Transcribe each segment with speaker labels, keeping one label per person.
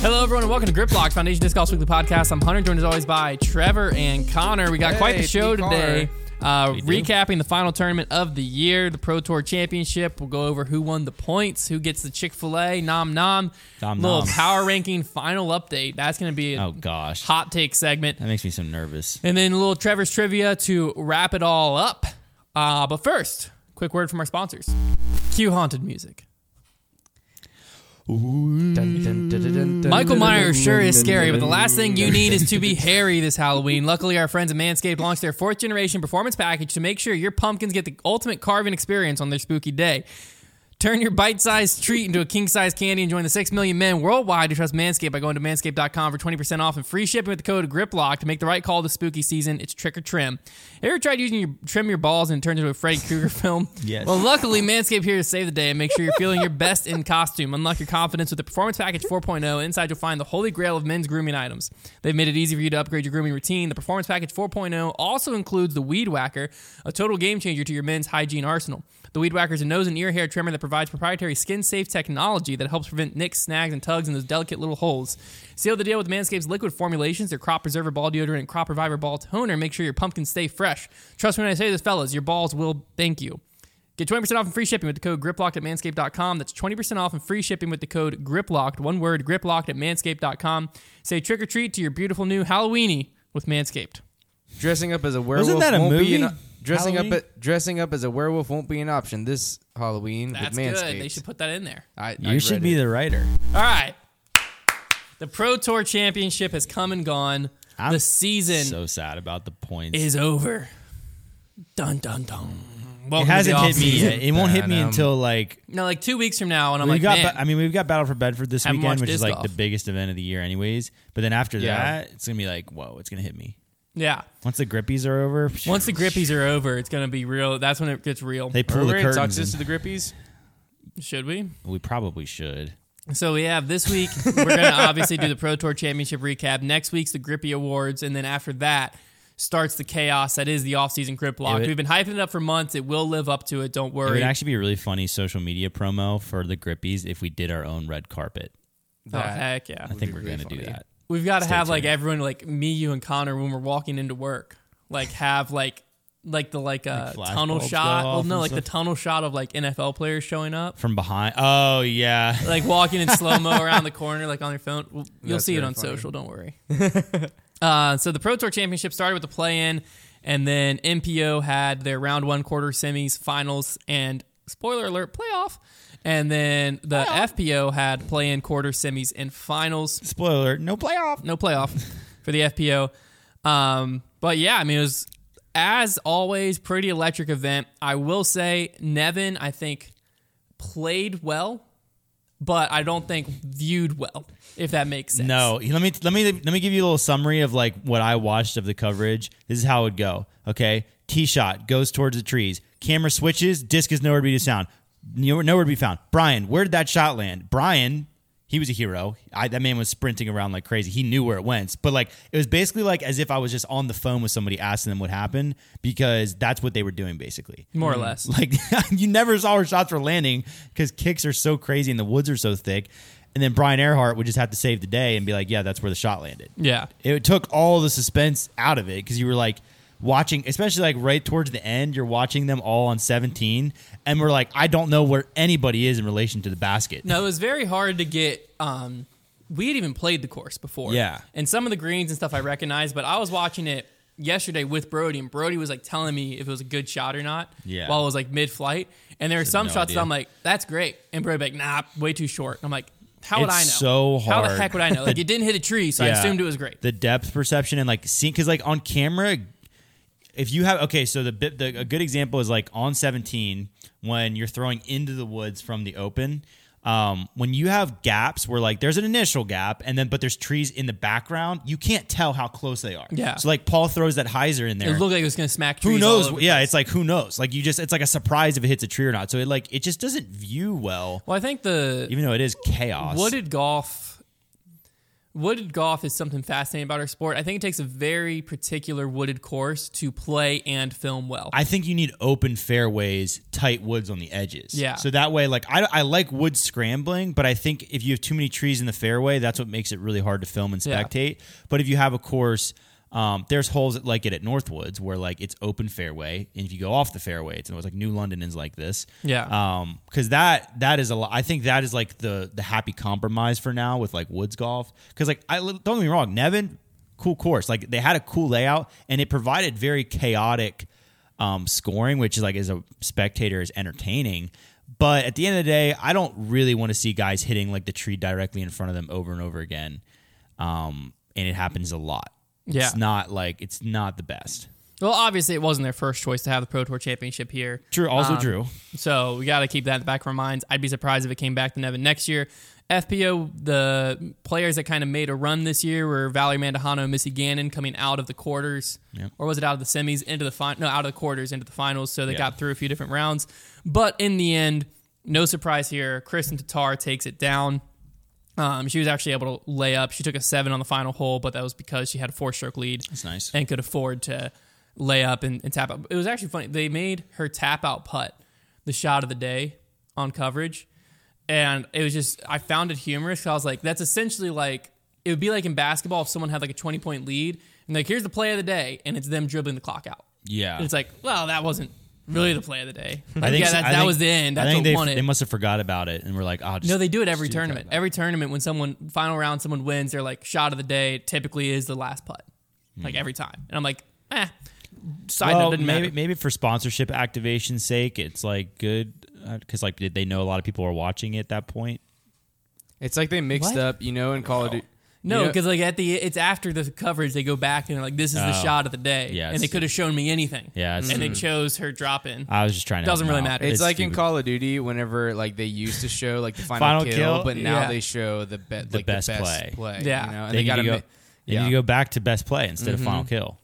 Speaker 1: Hello, everyone, and welcome to Grip Locks Foundation Disc Golf Weekly Podcast. I'm Hunter, joined as always by Trevor and Connor. We got quite the
Speaker 2: Hey,
Speaker 1: show
Speaker 2: Pete
Speaker 1: today. Uh,
Speaker 3: do.
Speaker 1: recapping the final tournament of the year, the Pro Tour Championship. We'll go over who won the points, who gets the Chick Fil A, nom nom,
Speaker 3: Nom
Speaker 1: little
Speaker 3: nom.
Speaker 1: power ranking final update. That's going to be a
Speaker 3: Oh gosh,
Speaker 1: hot take segment,
Speaker 3: that makes me so nervous.
Speaker 1: and then a little Trevor's trivia to wrap it all up. Uh, but first, quick word from our sponsors. Cue haunted music. Michael Myers sure is scary, but the last thing you need is to be hairy this Halloween. Luckily, our friends at Manscaped launched their fourth generation performance package to make sure your pumpkins get the ultimate carving experience on their spooky day. Turn your bite sized treat into a king sized candy and join the 6 million men worldwide who trust Manscaped by going to manscaped.com for 20% off and free shipping with the code GRIPLOCK to make the right call this spooky season. It's trick or trim. Ever tried using your trim your balls and it turns into a Freddy Krueger film?
Speaker 3: Yes.
Speaker 1: Well, luckily, Manscaped here to save the day and make sure you're feeling your best in costume. Unlock your confidence with the Performance Package 4.0. Inside, you'll find the holy grail of men's grooming items. They've made it easy for you to upgrade your grooming routine. The Performance Package 4.0 also includes the Weed Whacker, a total game changer to your men's hygiene arsenal. The Weed Whacker is a nose and ear hair trimmer that provides proprietary skin safe technology that helps prevent nicks, snags, and tugs in those delicate little holes. Seal the deal with Manscaped's liquid formulations, their crop preserver ball deodorant, and crop reviver ball toner. Make sure your pumpkins stay fresh. Trust me when I say this, fellas, your balls will thank you. Get 20% off and free shipping with the code GRIPLOCKED at manscaped.com. That's 20% off and free shipping with the code GRIPLOCKED. One word, GRIPLOCKED at manscaped.com. Say trick or treat to your beautiful new Halloweeny with Manscaped.
Speaker 2: Dressing up as a werewolf
Speaker 3: that a
Speaker 2: won't be an
Speaker 3: movie?
Speaker 2: dressing
Speaker 3: Halloween?
Speaker 2: up a, dressing up as a werewolf won't be an option this Halloween
Speaker 1: That's good.
Speaker 2: with Manscaped.
Speaker 1: They should put that in there.
Speaker 2: I, I
Speaker 3: You should
Speaker 2: read
Speaker 3: be
Speaker 2: it.
Speaker 3: the writer.
Speaker 1: All right. The Pro Tour Championship has come and gone.
Speaker 3: I'm
Speaker 1: the season
Speaker 3: So sad about the points.
Speaker 1: is over. Dun, dun, dun.
Speaker 3: it
Speaker 1: Welcome
Speaker 3: hasn't
Speaker 1: to the
Speaker 3: hit me
Speaker 1: offseason.
Speaker 3: yet. It won't hit me
Speaker 2: Nah, nah.
Speaker 3: until like
Speaker 1: No, like two weeks from now, and I'm
Speaker 3: we
Speaker 1: like,
Speaker 3: got.
Speaker 1: man,
Speaker 3: Ba- I mean, we've got Battle for Bedford this
Speaker 1: Haven't watched
Speaker 3: weekend, which is
Speaker 1: disc
Speaker 3: like
Speaker 1: golf.
Speaker 3: the biggest event of the year, anyways. But then after
Speaker 2: Yeah.
Speaker 3: that, it's gonna be like, whoa, it's gonna hit me.
Speaker 1: yeah.
Speaker 3: Once the grippies are over,
Speaker 1: Once the grippies are over, it's going to be real. That's when it gets real.
Speaker 3: they pull
Speaker 2: Are we
Speaker 3: the
Speaker 2: ready to talk
Speaker 3: curtains.
Speaker 2: this to
Speaker 3: and-
Speaker 2: the Grippies?
Speaker 1: Should we?
Speaker 3: we probably should.
Speaker 1: So we have this week. We're going to obviously do the Pro Tour Championship recap. Next week's the Grippy Awards, and then after that starts the chaos that is the offseason grip lock.
Speaker 3: It would-
Speaker 1: We've been hyping it up for months. It will live up to it. Don't
Speaker 3: It
Speaker 1: worry.
Speaker 3: would actually be a really funny social media promo for the grippies if we did our own red carpet.
Speaker 1: oh
Speaker 2: That-
Speaker 1: heck yeah!
Speaker 3: I think
Speaker 2: be
Speaker 3: we're
Speaker 2: really
Speaker 3: gonna do
Speaker 2: funny.
Speaker 3: that.
Speaker 1: We've got to
Speaker 3: Stay
Speaker 1: have like
Speaker 3: tuned.
Speaker 1: everyone, like me, you, and Connor, when we're walking into work, like have like like the like a
Speaker 3: flash
Speaker 1: tunnel
Speaker 3: bulbs
Speaker 1: shot.
Speaker 3: go
Speaker 1: Well,
Speaker 3: off
Speaker 1: no,
Speaker 3: and
Speaker 1: like the tunnel shot of like NFL players showing up.
Speaker 3: From behind. Oh yeah.
Speaker 1: Like walking in slow mo around the corner, like on their phone. Well, You'll
Speaker 2: That's
Speaker 1: see it
Speaker 2: very
Speaker 1: on
Speaker 2: funny.
Speaker 1: social. Don't worry. Uh, so the Pro Tour Championship started with the play-in, and then MPO had their round one quarter semis, finals, and spoiler alert playoff. And then the FPO had play-in quarter semis and finals.
Speaker 3: Spoiler alert, no playoff.
Speaker 1: No playoff for the FPO. Um, but yeah, I mean it was as always pretty electric event. I will say Nevin, I think played well, but I don't think viewed well. If that makes sense.
Speaker 3: No, let me let me let me give you a little summary of like what I watched of the coverage. This is how it would go. Okay, tee shot goes towards the trees. Camera switches. Disc is nowhere to be found. Nowhere nowhere to be found. Brian, where did that shot land? Brian, he was a hero. I, that man was sprinting around like crazy. He knew where it went. But like it was basically like as if I was just on the phone with somebody asking them what happened because that's what they were doing basically.
Speaker 1: more or less.
Speaker 3: Like you never saw where shots were landing because kicks are so crazy and the woods are so thick. And then Brian Earhart would just have to save the day and be like, "Yeah, that's where the shot landed."
Speaker 1: Yeah.
Speaker 3: It took all the suspense out of it because you were like watching, especially like right towards the end, you're watching them all on 17, and we're like, "I don't know where anybody is in relation to the basket."
Speaker 1: No, it was very hard to get. Um, we had even played the course before.
Speaker 3: Yeah.
Speaker 1: And some of the greens and stuff I recognized, but I was watching it yesterday with Brody, and Brody was like telling me if it was a good shot or not.
Speaker 3: Yeah.
Speaker 1: While it was like mid flight. And there were some
Speaker 3: no
Speaker 1: shots that
Speaker 3: idea.
Speaker 1: I'm like, that's great. And Brody like, nah, way too short. And I'm like, how would
Speaker 3: It's
Speaker 1: I know?
Speaker 3: so
Speaker 1: How the
Speaker 3: hard.
Speaker 1: heck would I know? Like, it didn't hit a tree, so I
Speaker 3: Yeah.
Speaker 1: assumed it was great.
Speaker 3: The depth perception and like seeing because like on camera, if you have okay, so the bit the a good example is like on seventeen when you're throwing into the woods from the open. Um, when you have gaps where like there's an initial gap and then but there's trees in the background, you can't tell how close they are.
Speaker 1: Yeah.
Speaker 3: So like Paul throws that hyzer in there.
Speaker 1: It looked like it was going to smack trees.
Speaker 3: who
Speaker 1: all
Speaker 3: knows?
Speaker 1: over.
Speaker 3: Yeah, it's like who knows? Like you just it's like a surprise if it hits a tree or not. So it like it just doesn't view well,
Speaker 1: Well, I think the
Speaker 3: even though it is chaos.
Speaker 1: What did golf? Wooded golf is something fascinating about our sport. I think it takes a very particular wooded course to play and film well.
Speaker 3: I think you need open fairways, tight woods on the edges.
Speaker 1: Yeah.
Speaker 3: So that way, like, I, I like wood scrambling, but I think if you have too many trees in the fairway, that's what makes it really hard to film and
Speaker 1: Yeah.
Speaker 3: spectate. But if you have a course, um, there's holes that like it at Northwoods where like it's open fairway, and if you go off the fairway, it's, it's like New London is like this.
Speaker 1: Yeah.
Speaker 3: Um, because that that is a lot. I think that is like the the happy compromise for now with like woods golf. Because like I don't get me wrong, Nevin, cool course. Like they had a cool layout, and it provided very chaotic um, scoring, which is like as a spectator is entertaining. But at the end of the day, I don't really want to see guys hitting like the tree directly in front of them over and over again. Um, and it happens a lot.
Speaker 1: Yeah.
Speaker 3: It's not like it's not the best.
Speaker 1: well, obviously, it wasn't their first choice to have the Pro Tour Championship here.
Speaker 3: True. Also
Speaker 1: Um,
Speaker 3: Drew.
Speaker 1: So we got to keep that in the back of our minds. I'd be surprised if it came back to Nevin next year. FPO, the players that kind of made a run this year were Valerie Mandahano and Missy Gannon coming out of the quarters, or was it out of the semis into the final? No, out of the quarters into the finals. So they
Speaker 3: Yeah.
Speaker 1: got through a few different rounds, but in the end, no surprise here. Kristen Tatar takes it down. Um, she was actually able to lay up. She took a seven on the final hole, but that was because she had a four-stroke lead
Speaker 3: It's nice.
Speaker 1: and could afford to lay up and, and tap out. It was actually funny. They made her tap out putt the shot of the day on coverage. And it was just, I found it humorous. 'cause I was like, that's essentially like, it would be like in basketball if someone had like a 20 point lead and like, here's the play of the day. And it's them dribbling the clock out.
Speaker 3: Yeah.
Speaker 1: And it's like, well, that wasn't really the play of the day.
Speaker 3: I
Speaker 1: Like,
Speaker 3: think
Speaker 1: yeah, that,
Speaker 3: I
Speaker 1: that
Speaker 3: think-
Speaker 1: was the end. That's
Speaker 3: I
Speaker 1: what
Speaker 3: think they,
Speaker 1: won it.
Speaker 3: they must have forgot about it and were like, "Oh, just,
Speaker 1: No, they do it every
Speaker 3: just do
Speaker 1: tournament. Every tournament, when someone final round, someone wins, they're like shot of the day. Typically, is the last putt, like every time. And I'm like, eh. Side note
Speaker 3: Hmm. Well,
Speaker 1: doesn't
Speaker 3: maybe
Speaker 1: matter.
Speaker 3: maybe for sponsorship activation's sake, it's like good because like they- they know a lot of people are watching at that point.
Speaker 2: It's like they mixed
Speaker 1: What?
Speaker 2: up, you know, in Call of Duty.
Speaker 1: No,
Speaker 2: you know-
Speaker 1: because like at the it's after the coverage, they go back and they're like, this is the
Speaker 3: Oh.
Speaker 1: shot of the day.
Speaker 3: Yeah,
Speaker 1: and they
Speaker 3: it's-
Speaker 1: could have shown me anything.
Speaker 3: Yeah, it's-
Speaker 1: and they chose her drop in.
Speaker 3: I was just trying to
Speaker 1: Doesn't
Speaker 3: help them
Speaker 1: really
Speaker 3: out.
Speaker 1: matter.
Speaker 2: It's, like in
Speaker 3: stupid.
Speaker 2: Call of Duty whenever like they used to show like the final,
Speaker 3: Final
Speaker 2: kill,
Speaker 3: kill?
Speaker 2: but now
Speaker 1: Yeah.
Speaker 2: they show the, be- like,
Speaker 3: best
Speaker 2: the best
Speaker 3: play.
Speaker 2: play.
Speaker 1: Yeah.
Speaker 2: you know?
Speaker 3: They,
Speaker 2: and they,
Speaker 3: got
Speaker 2: gotta
Speaker 3: to go.
Speaker 2: ma-
Speaker 3: They need to go back to best play instead
Speaker 1: Mm-hmm.
Speaker 3: of final kill.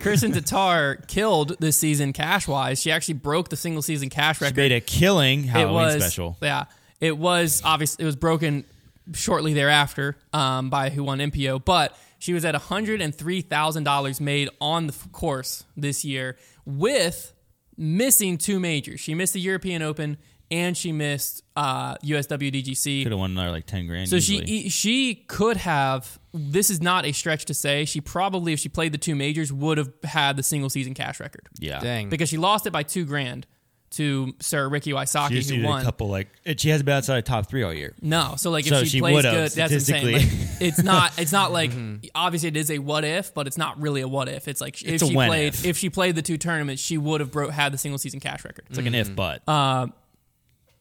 Speaker 1: Kirsten Tatar killed this season cash wise. She actually broke the single season cash
Speaker 3: She
Speaker 1: record.
Speaker 3: made a killing Halloween
Speaker 1: it was,
Speaker 3: special.
Speaker 1: Yeah, it was obviously it was broken shortly thereafter um, by who won MPO, but she was at one hundred and three thousand dollars made on the f- course this year with missing two majors. She missed the European Open and she missed uh, USWDGC.
Speaker 3: Could have won another like ten grand.
Speaker 1: So
Speaker 3: easily.
Speaker 1: she e, she could have. This is not a stretch to say she probably, if she played the two majors, would have had the single season cash record
Speaker 3: yeah.
Speaker 2: dang.
Speaker 1: because she lost it by two grand to Sir Ricky
Speaker 3: She
Speaker 1: Wysocki,
Speaker 3: just
Speaker 1: who
Speaker 3: needed
Speaker 1: won.
Speaker 3: a couple like and she has been outside of top three all year.
Speaker 1: No, so like if
Speaker 3: So
Speaker 1: she,
Speaker 3: she
Speaker 1: plays
Speaker 3: would've,
Speaker 1: good, that's insane. Like,
Speaker 3: statistically. Mm-hmm.
Speaker 1: it's not. It's not like obviously it is a what if, but it's not really a what if. It's like if
Speaker 3: It's a
Speaker 1: she
Speaker 3: when
Speaker 1: played
Speaker 3: if.
Speaker 1: if she played the two tournaments, she would have bro- had the single season cash record.
Speaker 3: It's like an if but.
Speaker 1: Uh,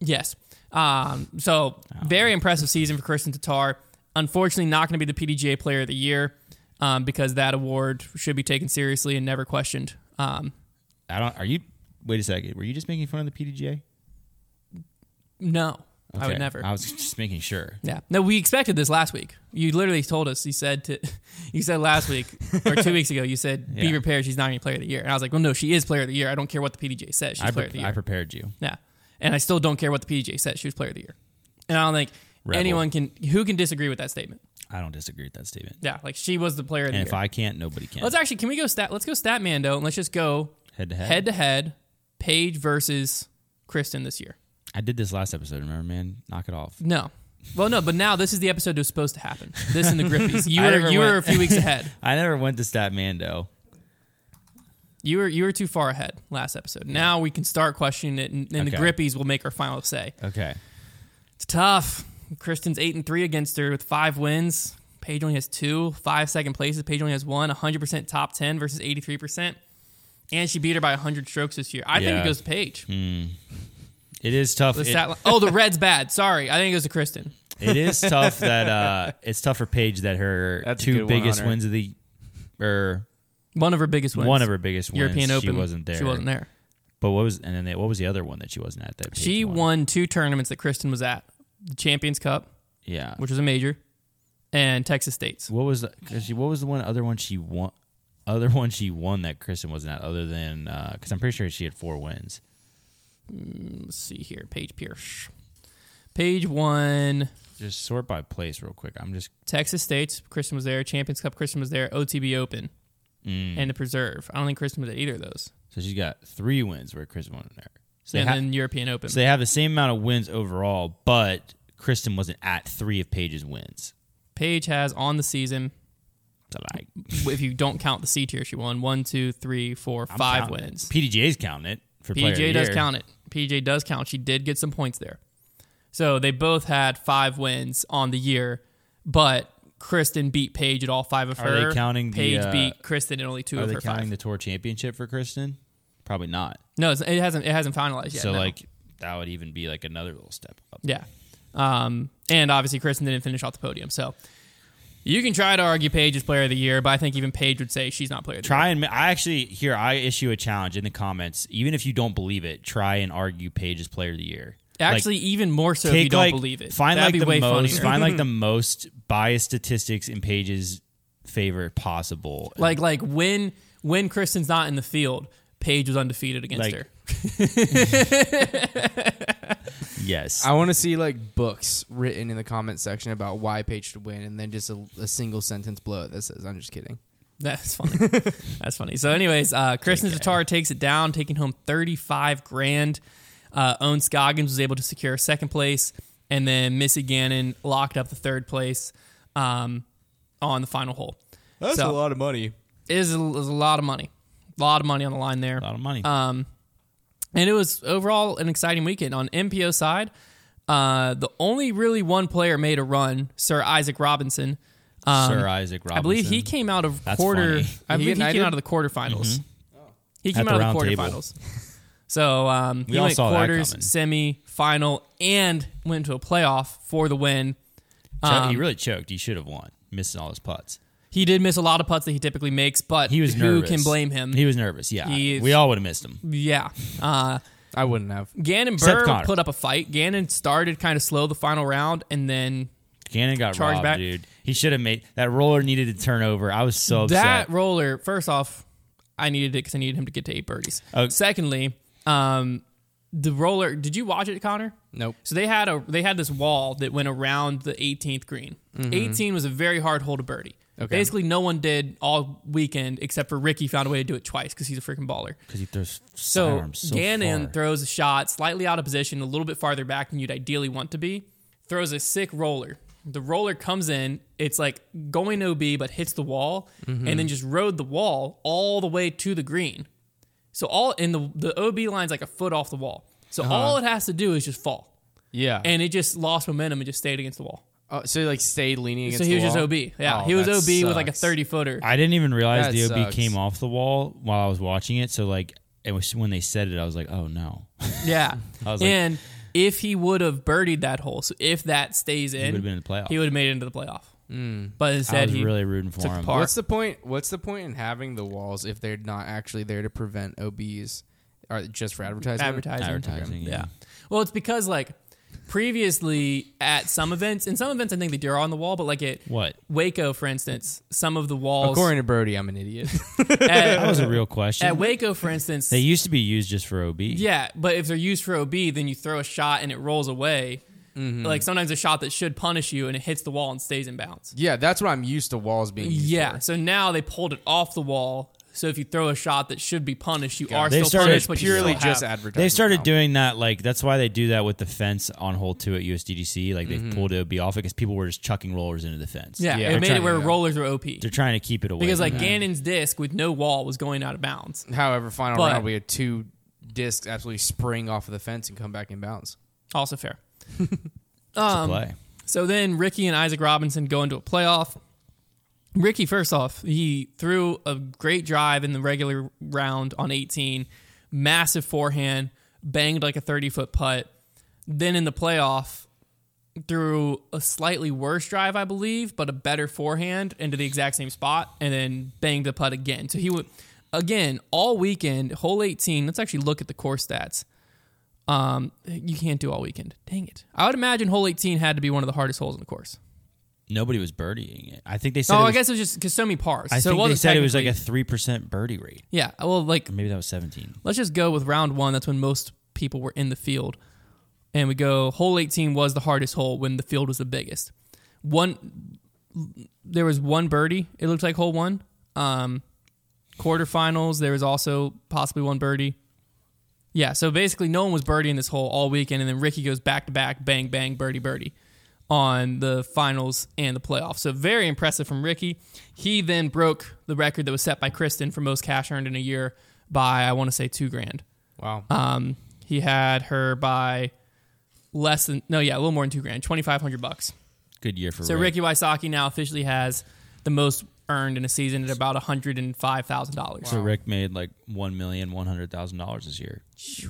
Speaker 1: Yes. Um, so
Speaker 3: Oh.
Speaker 1: very impressive season for Kirsten Tatar. Unfortunately, not going to be the PDGA Player of the Year um, because that award should be taken seriously and never questioned. Um,
Speaker 3: I don't. Are you? Wait a second. Were you just making fun of the PDGA?
Speaker 1: no, I
Speaker 3: Okay.
Speaker 1: would never.
Speaker 3: I was just making sure.
Speaker 1: yeah. No, we expected this last week. You literally told us. You said to, you said last week or two weeks ago. You said be
Speaker 3: Yeah.
Speaker 1: prepared. She's not going to be Player of the Year. And I was like, well, no, she is Player of the Year. I don't care what the PDGA says. She's
Speaker 3: I,
Speaker 1: Player
Speaker 3: pre-
Speaker 1: of the Year.
Speaker 3: I prepared you.
Speaker 1: Yeah. And I still don't care what the PDGA says. She was Player of the Year. And I don't think
Speaker 3: Rebel.
Speaker 1: anyone can who can disagree with that statement.
Speaker 3: I don't disagree with that statement.
Speaker 1: Yeah, like she was the player of the
Speaker 3: And
Speaker 1: year.
Speaker 3: if I can't, nobody can.
Speaker 1: Let's actually can we go stat? Let's go stat Mando and let's just go
Speaker 3: head to head.
Speaker 1: head to head. Paige versus Kristen this year.
Speaker 3: I did this last episode. Remember, man, knock it off.
Speaker 1: No, well, no, but now this is the episode that was supposed to happen. This and the Griffies. You
Speaker 3: I
Speaker 1: were
Speaker 3: never
Speaker 1: you were a
Speaker 3: went.
Speaker 1: few weeks ahead.
Speaker 3: I never went to Stat Mando.
Speaker 1: You were you were too far ahead last episode. Now we can start questioning it, and, and the
Speaker 3: Okay.
Speaker 1: Grippies will make our final say.
Speaker 3: Okay,
Speaker 1: It's tough. Kristen's eight and three against her with five wins. Paige only has two, five second places. Paige only has one, 100% top 10 versus 83%. And she beat her by 100 strokes this year. I think
Speaker 3: Yeah.
Speaker 1: it goes to Paige.
Speaker 3: it is tough.
Speaker 1: The
Speaker 3: It-
Speaker 1: stat li- oh, the red's bad. Sorry, I think it goes to Kristen.
Speaker 3: it is tough that uh, it's tough for Paige that her
Speaker 2: That's a
Speaker 3: two
Speaker 2: good one,
Speaker 3: biggest
Speaker 2: Hunter.
Speaker 3: wins of the or
Speaker 1: One of her biggest wins.
Speaker 3: one of her biggest
Speaker 1: European
Speaker 3: wins,
Speaker 1: Open.
Speaker 3: she wasn't there.
Speaker 1: She wasn't there.
Speaker 3: But what was and then they, what was the other one that she wasn't at? That Paige
Speaker 1: She
Speaker 3: won.
Speaker 1: won two tournaments that Kristen was at: the Champions Cup,
Speaker 3: Yeah.
Speaker 1: which was a major, and Texas States.
Speaker 3: what was the, 'cause she, what was the one other one she won? Other one she won that Kristen wasn't at. Other than uh, because I'm pretty sure she had four wins.
Speaker 1: Let's see here, Paige Pierce. Page one.
Speaker 3: Just sort by place real quick. I'm just
Speaker 1: Texas States, Christian was there. Champions Cup, Christian was there. OTB Open
Speaker 3: Mm.
Speaker 1: and the Preserve. I don't think Christian was at either of those.
Speaker 3: so she's got three wins where Kristen won there. So they,
Speaker 1: and
Speaker 3: ha-
Speaker 1: then European Open.
Speaker 3: so they have the same amount of wins overall, but Kristen wasn't at three of Paige's wins.
Speaker 1: Page has on the season,
Speaker 3: So like,
Speaker 1: if you don't count the C tier, she won one, two, three, four,
Speaker 3: I'm
Speaker 1: five
Speaker 3: counting it.
Speaker 1: wins.
Speaker 3: PDJ's counting it for player of the
Speaker 1: PJ does
Speaker 3: year.
Speaker 1: count it. PJ does count. She did get some points there. So they both had five wins on the year, but Kristen beat Paige at all five of
Speaker 3: Are
Speaker 1: her.
Speaker 3: they counting the,
Speaker 1: Paige
Speaker 3: uh,
Speaker 1: beat Kristen in only two
Speaker 3: Are
Speaker 1: of
Speaker 3: they
Speaker 1: her
Speaker 3: counting
Speaker 1: five.
Speaker 3: the tour championship for Kristen? Probably not.
Speaker 1: no, it's- it hasn't. It hasn't finalized yet.
Speaker 3: so
Speaker 1: no.
Speaker 3: like that would even be like another little step up.
Speaker 1: yeah. Um, and obviously Kristen didn't finish off the podium. So you can try to argue Paige is Player of the Year, but I think even Paige would say she's not Player of the Year.
Speaker 3: Try and ma- I actually here I issue a challenge in the comments. Even if you don't believe it, try and argue Paige's player of the year. Like,
Speaker 1: Actually, even more so if
Speaker 3: take
Speaker 1: you don't
Speaker 3: like
Speaker 1: believe it.
Speaker 3: find
Speaker 1: That'd
Speaker 3: like
Speaker 1: be
Speaker 3: the
Speaker 1: way
Speaker 3: most
Speaker 1: funnier.
Speaker 3: find like the most biased statistics in Paige's favor possible.
Speaker 1: Like like when when Kristen's not in the field, Paige was undefeated against
Speaker 3: Like-
Speaker 1: her.
Speaker 3: yes,
Speaker 2: I want to see like books written in the comment section about why Paige should win, and then just a, a single sentence blow it that says, "I'm just kidding."
Speaker 1: That's funny. That's funny. So, anyways, uh, Kristen Tatar takes it down, taking home thirty-five grand. Uh, Owen Scoggins was able to secure second place, and then Missy Gannon locked up the third place um, on the final hole. So,
Speaker 2: lot of money.
Speaker 1: It is a, is a lot of money, a lot of money on the line there.
Speaker 3: a lot of money.
Speaker 1: Um, and it was overall an exciting weekend on MPO side. Uh, the only really one player made a run, Sir Isaac Robinson. Um,
Speaker 3: Sir Isaac Robinson.
Speaker 1: I believe he came out of
Speaker 3: That's
Speaker 1: quarter.
Speaker 3: funny. Mm-hmm.
Speaker 1: I believe he
Speaker 2: United?
Speaker 1: came out of the quarterfinals. He came
Speaker 3: At the
Speaker 1: out of
Speaker 3: round
Speaker 1: the
Speaker 3: table.
Speaker 1: quarterfinals. so um,
Speaker 3: We
Speaker 1: he
Speaker 3: all
Speaker 1: went
Speaker 3: saw that
Speaker 1: quarters,
Speaker 3: coming.
Speaker 1: semi, final, and went to a playoff for the win.
Speaker 3: Cho-
Speaker 1: um,
Speaker 3: he really choked. He should have won, missing all his putts.
Speaker 1: He did miss a lot of putts that he typically makes, but
Speaker 3: He was
Speaker 1: who
Speaker 3: nervous.
Speaker 1: can blame him?
Speaker 3: He was nervous. Yeah,
Speaker 1: He-
Speaker 3: we all would have missed him.
Speaker 1: yeah. Uh,
Speaker 2: I wouldn't have.
Speaker 1: Gannon
Speaker 3: Except
Speaker 1: Burr
Speaker 3: Connor.
Speaker 1: put up a fight. Gannon started kind of slow the final round, and then
Speaker 3: Cannon got
Speaker 1: Charge
Speaker 3: robbed,
Speaker 1: back.
Speaker 3: dude. He should have made that roller needed to turn over. I was so
Speaker 1: that
Speaker 3: upset.
Speaker 1: roller. First off, I needed it because I needed him to get to eight birdies.
Speaker 3: Oh.
Speaker 1: Secondly, um, the roller. Did you watch it, Connor?
Speaker 2: Nope.
Speaker 1: So they had a they had this wall that went around the 18th green.
Speaker 3: Mm-hmm.
Speaker 1: 18 was a very hard hole to birdie.
Speaker 2: Okay.
Speaker 1: Basically, no one did all weekend except for Ricky found a way to do it twice because he's a freaking baller.
Speaker 3: because he throws
Speaker 1: So,
Speaker 3: firearms so
Speaker 1: Gannon
Speaker 3: far.
Speaker 1: throws a shot slightly out of position, a little bit farther back than you'd ideally want to be. Throws a sick roller. The roller comes in. It's like going OB, but hits the wall,
Speaker 3: Mm-hmm.
Speaker 1: and then just rode the wall all the way to the green. So all in the the OB line's like a foot off the wall. So
Speaker 3: Uh-huh.
Speaker 1: all it has to do is just fall,
Speaker 2: Yeah.
Speaker 1: and it just lost momentum and just stayed against the wall.
Speaker 2: Oh, so he like stayed leaning against
Speaker 1: so he
Speaker 2: the
Speaker 1: was just
Speaker 2: wall?
Speaker 1: OB. Yeah,
Speaker 2: Oh,
Speaker 1: he was
Speaker 2: that
Speaker 1: OB with like a
Speaker 2: sucks.
Speaker 1: thirty footer.
Speaker 3: I didn't even realize
Speaker 2: That
Speaker 3: the OB
Speaker 2: sucks.
Speaker 3: came off the wall while I was watching it. So like it was when they said it, I was like, oh no,
Speaker 1: Yeah.
Speaker 3: was like-
Speaker 1: and if he would have birdied that hole, so if that stays in,
Speaker 3: would've been in the playoff.
Speaker 1: He would have made it into the playoff. But
Speaker 3: I
Speaker 1: instead,
Speaker 3: was
Speaker 1: he
Speaker 3: really rooting for
Speaker 1: took the
Speaker 3: him.
Speaker 1: par.
Speaker 2: What's the point? What's the point in having the walls if they're not actually there to prevent OBs? Are they just for advertising?
Speaker 1: advertising.
Speaker 3: Advertising,
Speaker 1: Yeah.
Speaker 3: yeah.
Speaker 1: Well, it's because like previously at some events, in some events, I think they do are on the wall, but like at
Speaker 3: What?
Speaker 1: Waco, for instance, some of the walls
Speaker 2: According to Brody, I'm an idiot.
Speaker 3: That
Speaker 1: at,
Speaker 3: was a real question.
Speaker 1: at Waco, for instance,
Speaker 3: they used to be used just for OB.
Speaker 1: Yeah, but if they're used for OB, then you throw a shot and it rolls away.
Speaker 2: Mm-hmm.
Speaker 1: Like sometimes a shot that should punish you and it hits the wall and stays in bounds.
Speaker 2: yeah, that's what I'm used to walls being. Used
Speaker 1: Yeah.
Speaker 2: for.
Speaker 1: So now they pulled it off the wall. So if you throw a shot that should be punished, you are
Speaker 3: They've
Speaker 1: still
Speaker 3: started
Speaker 1: punished. But
Speaker 2: purely
Speaker 1: you still
Speaker 2: just
Speaker 1: have.
Speaker 2: advertising.
Speaker 3: They started
Speaker 2: now.
Speaker 3: doing that, like that's why they do that with the fence on hole two at USDGC. Like they pulled OB off it because people were just chucking rollers into the fence.
Speaker 1: Mm-hmm. yeah,
Speaker 2: Yeah,
Speaker 1: it
Speaker 2: they're
Speaker 1: made it
Speaker 2: trying
Speaker 1: where
Speaker 2: to-
Speaker 1: rollers were OP
Speaker 3: they're trying to keep it away.
Speaker 1: because
Speaker 3: from
Speaker 1: like
Speaker 3: that.
Speaker 1: Gannon's disc with no wall was going out of bounds.
Speaker 2: However, final
Speaker 1: But-
Speaker 2: round we had two discs absolutely spring off of the fence and come back in bounds.
Speaker 1: Also fair.
Speaker 3: It's a
Speaker 1: um,
Speaker 3: play.
Speaker 1: So then Ricky and Isaac Robinson go into a playoff. Ricky, first off, he threw a great drive in the regular round on 18, massive forehand, banged like a 30 foot putt. Then in the playoff, threw a slightly worse drive, I believe, but a better forehand into the exact same spot, and then banged the putt again. So he would, again, all weekend, hole 18. Let's actually look at the course stats. Um, you can't do all weekend. Dang it! I would imagine hole 18 had to be one of the hardest holes in the course.
Speaker 3: Nobody was birdieing it. I think they said.
Speaker 1: Oh,
Speaker 3: it
Speaker 1: I
Speaker 3: was-
Speaker 1: guess it was just because so many pars.
Speaker 3: I
Speaker 1: so it
Speaker 3: think they
Speaker 1: wasn't
Speaker 3: said it was like
Speaker 1: technically-
Speaker 3: a three percent birdie rate.
Speaker 1: yeah. Well, like
Speaker 3: Maybe that was seventeen.
Speaker 1: let's just go with round one. That's when most people were in the field. and we go hole 18 was the hardest hole when the field was the biggest. One there was one birdie. It looked like hole 1. Um quarterfinals there was also possibly one birdie. Yeah, so basically no one was birdieing this hole all weekend and then Ricky goes back to back bang bang birdie birdie on the finals and the playoffs. So very impressive from Ricky. He then broke the record that was set by Kristen for most cash earned in a year by I want to say 2 grand.
Speaker 2: Wow.
Speaker 1: Um, he had her by less than no, yeah, a little more than two grand, twenty five hundred bucks.
Speaker 3: Good year for
Speaker 1: So
Speaker 3: Rick.
Speaker 1: Ricky Wysocki now officially has the most earned in a season at about hundred and five thousand dollars.
Speaker 3: So Rick made like one million one hundred thousand dollars this year.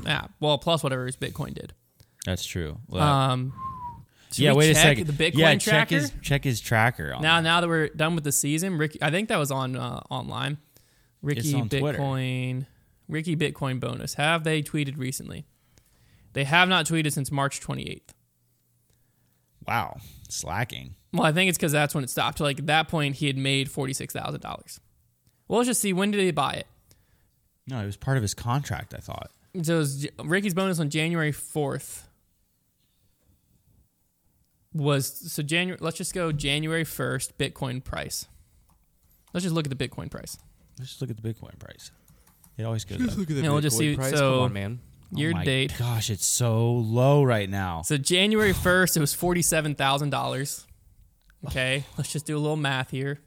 Speaker 1: Yeah, well, plus whatever his Bitcoin did.
Speaker 3: That's true. Well,
Speaker 1: Um, should
Speaker 3: yeah,
Speaker 1: we
Speaker 3: wait a
Speaker 1: check
Speaker 3: second.
Speaker 1: The Bitcoin
Speaker 3: yeah, check
Speaker 1: tracker.
Speaker 3: his check his tracker. On
Speaker 1: now,
Speaker 3: that.
Speaker 1: now that we're done with the season, Ricky, I think that was on uh, online. Ricky
Speaker 3: on Twitter.
Speaker 1: Bitcoin, Ricky Bitcoin bonus. Have they tweeted recently? They have not tweeted since March twenty eighth.
Speaker 3: wow, slacking.
Speaker 1: Well, I think it's because that's when it stopped. Like at that point, he had made forty six thousand dollars. Well, let's just see when did he buy it.
Speaker 3: No, it was part of his contract. I thought.
Speaker 1: So it was, Ricky's bonus on January fourth was so January. Let's just go January first Bitcoin price. Let's just look at the Bitcoin price.
Speaker 3: Let's just look at the Bitcoin price. It always goes up.
Speaker 2: Look at the
Speaker 1: Yeah, we'll just
Speaker 2: Bitcoin
Speaker 1: see-
Speaker 2: price.
Speaker 1: so-
Speaker 2: Come on, man.
Speaker 1: Year
Speaker 3: oh my
Speaker 1: date.
Speaker 3: Gosh, it's so low right now.
Speaker 1: So January first, it was forty seven thousand dollars. Okay, let's just do a little math here.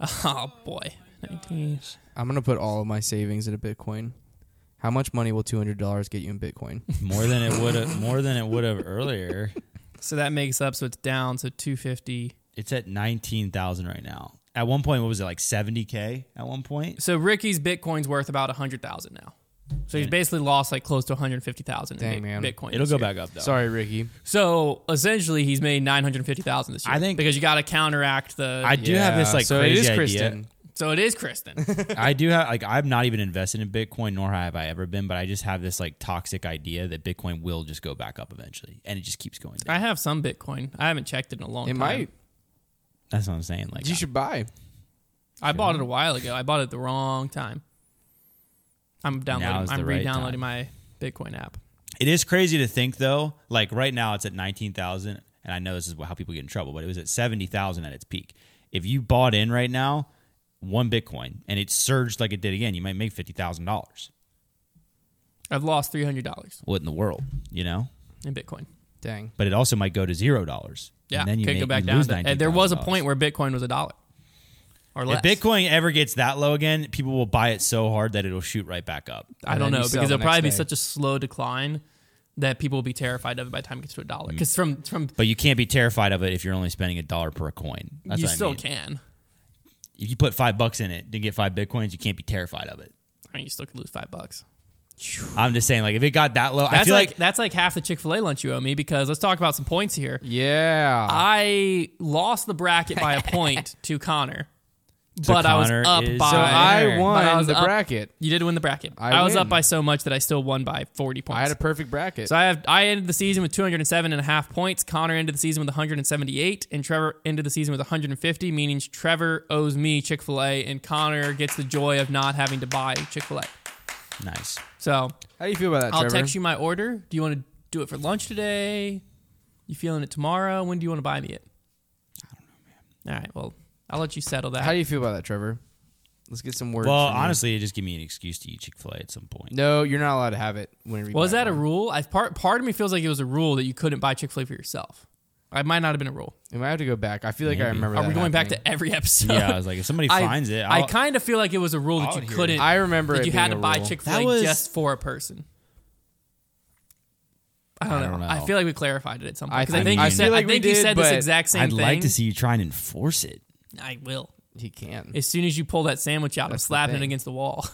Speaker 1: Oh boy, nineteen.
Speaker 2: I'm gonna put all of my savings into Bitcoin. How much money will two hundred dollars get you in Bitcoin?
Speaker 3: More than it would have. more than it would have earlier.
Speaker 1: So that makes up. So it's down. So two fifty.
Speaker 3: It's at nineteen thousand right now. At one point, what was it like seventy k? At one point,
Speaker 1: So Ricky's Bitcoin's worth about a hundred thousand now. So he's basically lost like close to one hundred fifty thousand.
Speaker 2: Dang,
Speaker 1: in Bi-
Speaker 2: man.
Speaker 1: Bitcoin.
Speaker 3: it'll
Speaker 1: this
Speaker 3: go
Speaker 1: year.
Speaker 3: back up though.
Speaker 2: Sorry, Ricky.
Speaker 1: So essentially, he's made nine hundred fifty thousand this year.
Speaker 3: I think-
Speaker 1: because you got to counteract the.
Speaker 3: I do have this
Speaker 2: Yeah,
Speaker 3: like
Speaker 2: so
Speaker 3: crazy
Speaker 2: it is
Speaker 3: idea.
Speaker 2: Kristen.
Speaker 1: so it is Kristen.
Speaker 3: I do have like I'm not even invested in Bitcoin, nor have I ever been, but I just have this like toxic idea that Bitcoin will just go back up eventually, and it just keeps going. Down.
Speaker 1: I have some Bitcoin. I haven't checked it in a long
Speaker 2: It
Speaker 1: time. oh.
Speaker 2: might.
Speaker 3: That's what I'm saying. Like
Speaker 2: You should buy.
Speaker 1: I bought it a while ago. I bought it at the wrong time. I'm
Speaker 3: is
Speaker 1: downloading.
Speaker 3: the
Speaker 1: I'm
Speaker 3: right
Speaker 1: re-downloading my Bitcoin app.
Speaker 3: it is crazy to think though. Like right now, it's at nineteen thousand, and I know this is how people get in trouble, but it was at seventy thousand at its peak. If you bought in right now, one Bitcoin, and it surged like it did again, you might make fifty thousand dollars.
Speaker 1: I've lost three hundred dollars
Speaker 3: What in the world, you know?
Speaker 1: in Bitcoin.
Speaker 2: Dang.
Speaker 3: But it also might go to zero dollars.
Speaker 1: Yeah,
Speaker 3: and then you
Speaker 1: could
Speaker 3: make,
Speaker 1: go back
Speaker 3: you
Speaker 1: down.
Speaker 3: lose
Speaker 1: to- and there was a
Speaker 3: $19,000.
Speaker 1: point where Bitcoin was a dollar or less.
Speaker 3: If Bitcoin ever gets that low again, people will buy it so hard that it'll shoot right back up.
Speaker 1: I
Speaker 2: And
Speaker 1: don't
Speaker 2: then
Speaker 1: know
Speaker 2: you
Speaker 1: because
Speaker 2: sell
Speaker 1: it'll
Speaker 2: the next
Speaker 1: probably be
Speaker 2: day.
Speaker 1: such a slow decline that people will be terrified of it by the time it gets to a dollar.
Speaker 3: Mm.
Speaker 1: Because from from
Speaker 3: But you can't be terrified of it if you're only spending a dollar per coin. That's
Speaker 1: you
Speaker 3: what I
Speaker 1: still
Speaker 3: mean.
Speaker 1: can.
Speaker 3: If you put five bucks in it to get five bitcoins, you can't be terrified of it.
Speaker 1: I mean, you still could lose five bucks.
Speaker 3: I'm just saying, like if it got that low, I
Speaker 1: That's
Speaker 3: feel
Speaker 1: like,
Speaker 3: like,
Speaker 1: that's like half the Chick Fil A lunch you owe me. Because let's talk about some points here.
Speaker 2: Yeah.
Speaker 1: Ah, I lost the bracket by a point to Connor, but
Speaker 3: Connor
Speaker 1: I was up
Speaker 3: is-
Speaker 1: by.
Speaker 3: So
Speaker 2: so I
Speaker 3: But
Speaker 2: won
Speaker 1: I was
Speaker 2: the
Speaker 1: up-
Speaker 2: bracket.
Speaker 1: you did win the bracket. I,
Speaker 2: I
Speaker 1: was
Speaker 2: win.
Speaker 1: up by so much that I still won by forty points.
Speaker 2: I had a perfect bracket.
Speaker 1: So I have I ended the season with 207 and a half points. Connor ended the season with 178, and Trevor ended the season with 150, meaning Trevor owes me Chick Fil A, and Connor gets the joy of not having to buy Chick Fil A.
Speaker 3: nice.
Speaker 1: So
Speaker 2: How do you feel about that,
Speaker 1: I'll
Speaker 2: Trevor?
Speaker 1: text you my order. Do you want to do it for lunch today? You feeling it tomorrow? When do you want to buy me it? I don't know, man. All right, well, I'll let you settle that.
Speaker 2: How do you feel about that, Trevor? Let's get some words.
Speaker 3: Well,
Speaker 2: from you.
Speaker 3: honestly, just give me an excuse to eat Chick Fil A at some point.
Speaker 2: no, you're not allowed to have it. Whenever you
Speaker 1: was
Speaker 2: buy
Speaker 1: that a
Speaker 2: one.
Speaker 1: rule? I part part of me feels like it was a rule that you couldn't buy Chick Fil A for yourself. I might not have been a rule.
Speaker 2: We might have to go back. I feel like I
Speaker 3: Maybe.
Speaker 2: remember.
Speaker 1: Are
Speaker 2: that
Speaker 1: we going back
Speaker 2: happening.
Speaker 1: to every episode?
Speaker 3: Yeah, I was like, if somebody finds it,
Speaker 1: I
Speaker 3: I'll,
Speaker 1: kind of feel like it was a rule that
Speaker 3: I'll
Speaker 1: you
Speaker 3: adhere
Speaker 1: couldn't.
Speaker 2: I remember
Speaker 1: that
Speaker 2: it
Speaker 1: you had
Speaker 2: being
Speaker 1: to
Speaker 2: a
Speaker 1: buy
Speaker 2: rule.
Speaker 1: Chick
Speaker 3: That
Speaker 1: Fil A
Speaker 3: was-
Speaker 1: just for a person. I don't,
Speaker 3: I don't
Speaker 1: know.
Speaker 3: know.
Speaker 1: I feel like we clarified it at some point
Speaker 2: I
Speaker 1: because I,
Speaker 2: think-
Speaker 1: think
Speaker 3: I
Speaker 1: you
Speaker 3: feel
Speaker 1: said
Speaker 2: like
Speaker 1: I
Speaker 2: we
Speaker 1: think you
Speaker 2: did,
Speaker 1: said this
Speaker 2: but
Speaker 1: exact same
Speaker 3: I'd
Speaker 1: thing.
Speaker 3: like to see you try and enforce it.
Speaker 1: I will.
Speaker 2: He can.
Speaker 1: As soon as you pull that sandwich out, I'm
Speaker 2: That's the
Speaker 1: slapping it
Speaker 2: thing.
Speaker 1: against the wall.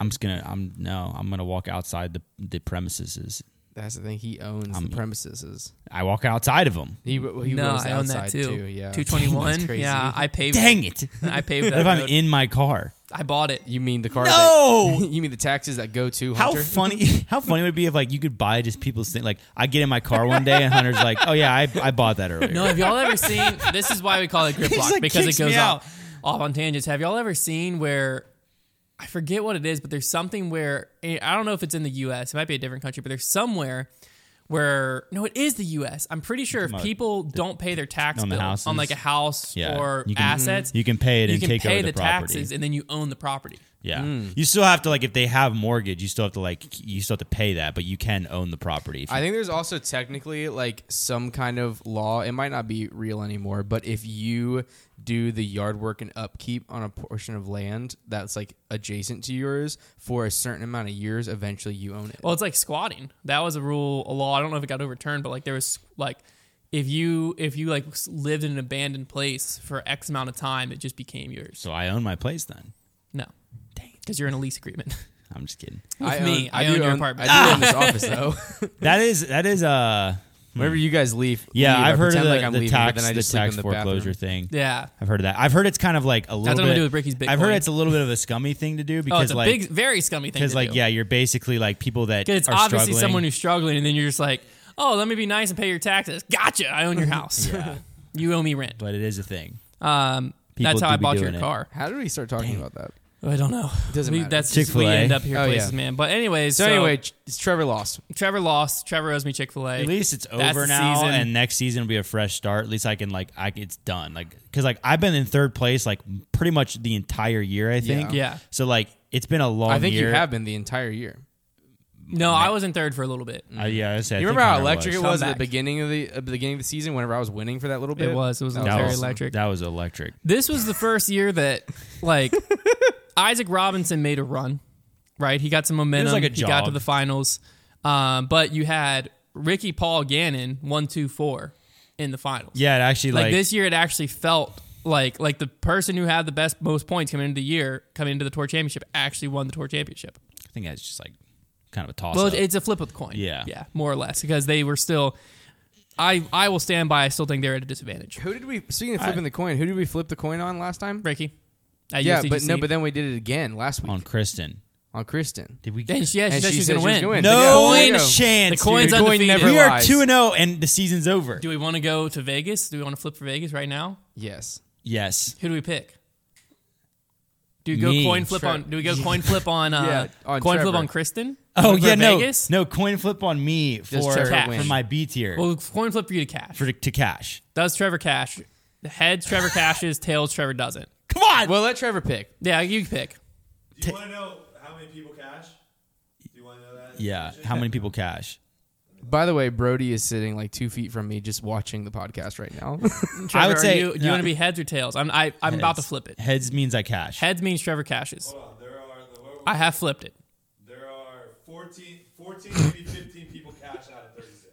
Speaker 3: I'm just gonna. I'm no. I'm gonna walk outside the the premises.
Speaker 2: That's the thing. He owns the premises.
Speaker 3: I walk outside of them.
Speaker 2: He he
Speaker 1: Mm. no,
Speaker 2: lives
Speaker 1: I own
Speaker 2: outside
Speaker 1: that too.
Speaker 2: Yeah,
Speaker 1: two twenty
Speaker 2: That's
Speaker 1: one.
Speaker 2: crazy.
Speaker 1: Yeah, I paved.
Speaker 3: Dang it!
Speaker 1: I paved
Speaker 3: What
Speaker 1: that.
Speaker 3: if I'm
Speaker 1: road.
Speaker 3: in my car?
Speaker 1: I bought it.
Speaker 2: You mean the car?
Speaker 3: No!
Speaker 2: That, you mean the taxes that go to
Speaker 3: How
Speaker 2: Hunter?
Speaker 3: funny! How funny would it be if like you could buy just people's thing? Like I get in my car one day and Hunter's like, "Oh yeah, I, I bought that earlier."
Speaker 1: No, have y'all ever seen? This is why we call it grip
Speaker 3: He just,
Speaker 1: lock
Speaker 3: like,
Speaker 1: because it
Speaker 3: kicks
Speaker 1: goes
Speaker 3: me
Speaker 1: off, off on tangents. Have y'all ever seen where I forget what it is, but there's something where eh, I don't know if it's in the U.S. It might be a different country, but there's somewhere where no, it is the U.S. I'm pretty sure if
Speaker 3: about
Speaker 1: people don't pay their tax
Speaker 3: on the
Speaker 1: bill on
Speaker 3: houses?
Speaker 1: like a house
Speaker 3: Yeah.
Speaker 1: or
Speaker 3: You can-
Speaker 1: assets,
Speaker 3: You can pay it
Speaker 1: you
Speaker 3: and
Speaker 1: can
Speaker 3: take
Speaker 1: pay
Speaker 3: over
Speaker 1: the,
Speaker 3: the, property.
Speaker 1: taxes and then you own the property.
Speaker 3: Yeah, you still have to like if they have mortgage, you still have to like you still have to pay that, but you can own the property. If you-
Speaker 2: I think there's also technically like some kind of law. It might not be real anymore, but if you do the yard work and upkeep on a portion of land that's like adjacent to yours for a certain amount of years, eventually you own it.
Speaker 1: Well, it's like squatting. That was a rule, a law. I don't know if it got overturned, but like there was like if you if you like s- lived in an abandoned place for X amount of time, it just became yours.
Speaker 3: so I own my place then.
Speaker 1: No, dang, because you're in a lease agreement.
Speaker 3: I'm just kidding.
Speaker 1: With me, I
Speaker 2: do
Speaker 1: own your apartment.
Speaker 2: I do own this office though.
Speaker 3: that is that is uh
Speaker 2: Whenever you guys leave,
Speaker 3: yeah.
Speaker 2: leave, I
Speaker 3: I've heard of
Speaker 2: pretend
Speaker 3: the,
Speaker 2: like I'm
Speaker 3: the
Speaker 2: leaving, but
Speaker 3: tax
Speaker 2: then I
Speaker 3: the
Speaker 2: just sleep
Speaker 3: tax
Speaker 2: in the
Speaker 3: foreclosure
Speaker 2: bathroom.
Speaker 3: thing.
Speaker 1: yeah,
Speaker 3: I've heard of that. I've heard it's kind of like a little.
Speaker 1: nothing to
Speaker 3: bit,
Speaker 1: do with Ricky's
Speaker 3: I've heard
Speaker 1: Bitcoin.
Speaker 3: it's a little bit of a scummy thing to do
Speaker 1: Oh,
Speaker 3: because
Speaker 1: it's a
Speaker 3: like
Speaker 1: big, very scummy thing.
Speaker 3: because
Speaker 1: Because
Speaker 3: like yeah, you're basically like people that
Speaker 1: it's
Speaker 3: are
Speaker 1: obviously
Speaker 3: struggling.
Speaker 1: someone who's struggling, and then you're just like, oh, let me be nice and pay your taxes. Gotcha, I own your house.
Speaker 3: Yeah.
Speaker 1: you owe me rent.
Speaker 3: but it is a thing.
Speaker 1: Um,
Speaker 3: People
Speaker 1: that's how
Speaker 3: do
Speaker 1: I
Speaker 3: be
Speaker 1: bought your
Speaker 3: doing it.
Speaker 1: car.
Speaker 2: How did we start talking about that?
Speaker 1: I don't know.
Speaker 2: Doesn't
Speaker 1: we,
Speaker 2: matter.
Speaker 1: That's just, we
Speaker 3: Chick-fil-A.
Speaker 1: end up here
Speaker 2: Oh, yeah.
Speaker 1: places, man. But anyways,
Speaker 2: So, anyway, Ch- Trevor lost.
Speaker 1: Trevor lost. Trevor owes me Chick Fil A.
Speaker 3: At least it's
Speaker 1: That's
Speaker 3: over
Speaker 1: the
Speaker 3: now,
Speaker 1: season.
Speaker 3: and next season will be a fresh start. At least I can like I it's done. Like because like I've been in third place like pretty much the entire year. I think.
Speaker 1: Yeah.
Speaker 3: So like it's been a long.
Speaker 2: I think
Speaker 3: year.
Speaker 2: you have been the entire year.
Speaker 1: No, I was in third for a little bit.
Speaker 3: Uh, yeah. I said,
Speaker 2: You
Speaker 3: I
Speaker 2: remember
Speaker 3: think
Speaker 2: how
Speaker 3: Hunter
Speaker 2: electric it
Speaker 1: was.
Speaker 2: was at
Speaker 1: Comeback.
Speaker 2: the beginning of the, at the beginning of the season? Whenever I was winning for that little bit,
Speaker 1: It was. It was
Speaker 2: That
Speaker 1: very
Speaker 3: was-
Speaker 1: electric.
Speaker 3: That was electric.
Speaker 1: This was the first year that like Isaac Robinson made a run. Right, he got some momentum.
Speaker 3: like a
Speaker 1: he got to
Speaker 3: jog.
Speaker 1: the finals, um, but you had Ricky Paul Gannon one two four in the finals.
Speaker 3: Yeah. It actually
Speaker 1: like,
Speaker 3: like,
Speaker 1: this year, it actually felt like like the person who had the best most points coming into the year coming into the tour championship actually won the tour championship.
Speaker 3: I think that's just like kind of a toss.
Speaker 1: Well,
Speaker 3: up.
Speaker 1: it's a flip of the coin.
Speaker 3: Yeah.
Speaker 1: yeah, more or less because they were still. I I will stand by. I still think they're at a disadvantage.
Speaker 2: Who did we? Speaking of flipping the coin, who did we flip the coin on last time?
Speaker 1: Ricky. At
Speaker 2: Yeah,
Speaker 1: USDGC.
Speaker 2: but no, but then we did it again last week
Speaker 3: on
Speaker 2: on,
Speaker 3: Kristen.
Speaker 2: Kristen.
Speaker 3: Did we?
Speaker 1: Then she, yeah, she
Speaker 2: And
Speaker 1: said
Speaker 2: she
Speaker 1: she's
Speaker 2: said
Speaker 1: gonna
Speaker 2: she was
Speaker 1: win.
Speaker 2: gonna
Speaker 3: no
Speaker 2: win. The coin-
Speaker 3: chance.
Speaker 1: The coin's
Speaker 3: dude.
Speaker 2: coin
Speaker 1: undefeated.
Speaker 2: never
Speaker 3: we are
Speaker 2: lies.
Speaker 3: two and zero, and the season's over.
Speaker 1: Do we want to go to Vegas? Do we want to flip for Vegas right now?
Speaker 2: Yes,
Speaker 3: Yes.
Speaker 1: Who do we pick? Do we go
Speaker 3: Me.
Speaker 1: coin flip
Speaker 2: Tre-
Speaker 1: on? Do we go coin flip on? Uh,
Speaker 2: Yeah, on
Speaker 1: coin flip
Speaker 2: Trevor.
Speaker 1: on Kristen?
Speaker 3: Oh
Speaker 1: For
Speaker 3: yeah, no,
Speaker 1: Vegas?
Speaker 3: no coin flip on me for
Speaker 2: Trevor
Speaker 1: win.
Speaker 3: for my B tier
Speaker 1: Well, coin flip for you to cash.
Speaker 3: for to cash.
Speaker 1: Does Trevor cash? Heads Trevor cashes. Tails Trevor doesn't.
Speaker 3: Come on,
Speaker 2: Well, let Trevor pick.
Speaker 1: Yeah, you pick.
Speaker 4: Do you want to know how many people cash? Do you want to know that?
Speaker 3: yeah. How many people cash?
Speaker 2: By the way, Brody is sitting like two feet from me, just watching the podcast right now.
Speaker 1: Trevor,
Speaker 3: I would
Speaker 1: are
Speaker 3: say
Speaker 1: you, do you
Speaker 3: no.
Speaker 1: want to be heads or tails? I'm I, I'm about to
Speaker 3: Heads.
Speaker 1: flip it.
Speaker 3: Heads means I cash.
Speaker 1: Heads means Trevor cashes.
Speaker 4: Hold on. There are the, where were we?
Speaker 1: I have flipped it.
Speaker 4: there are 14, 14, maybe 15 people cash out of 36.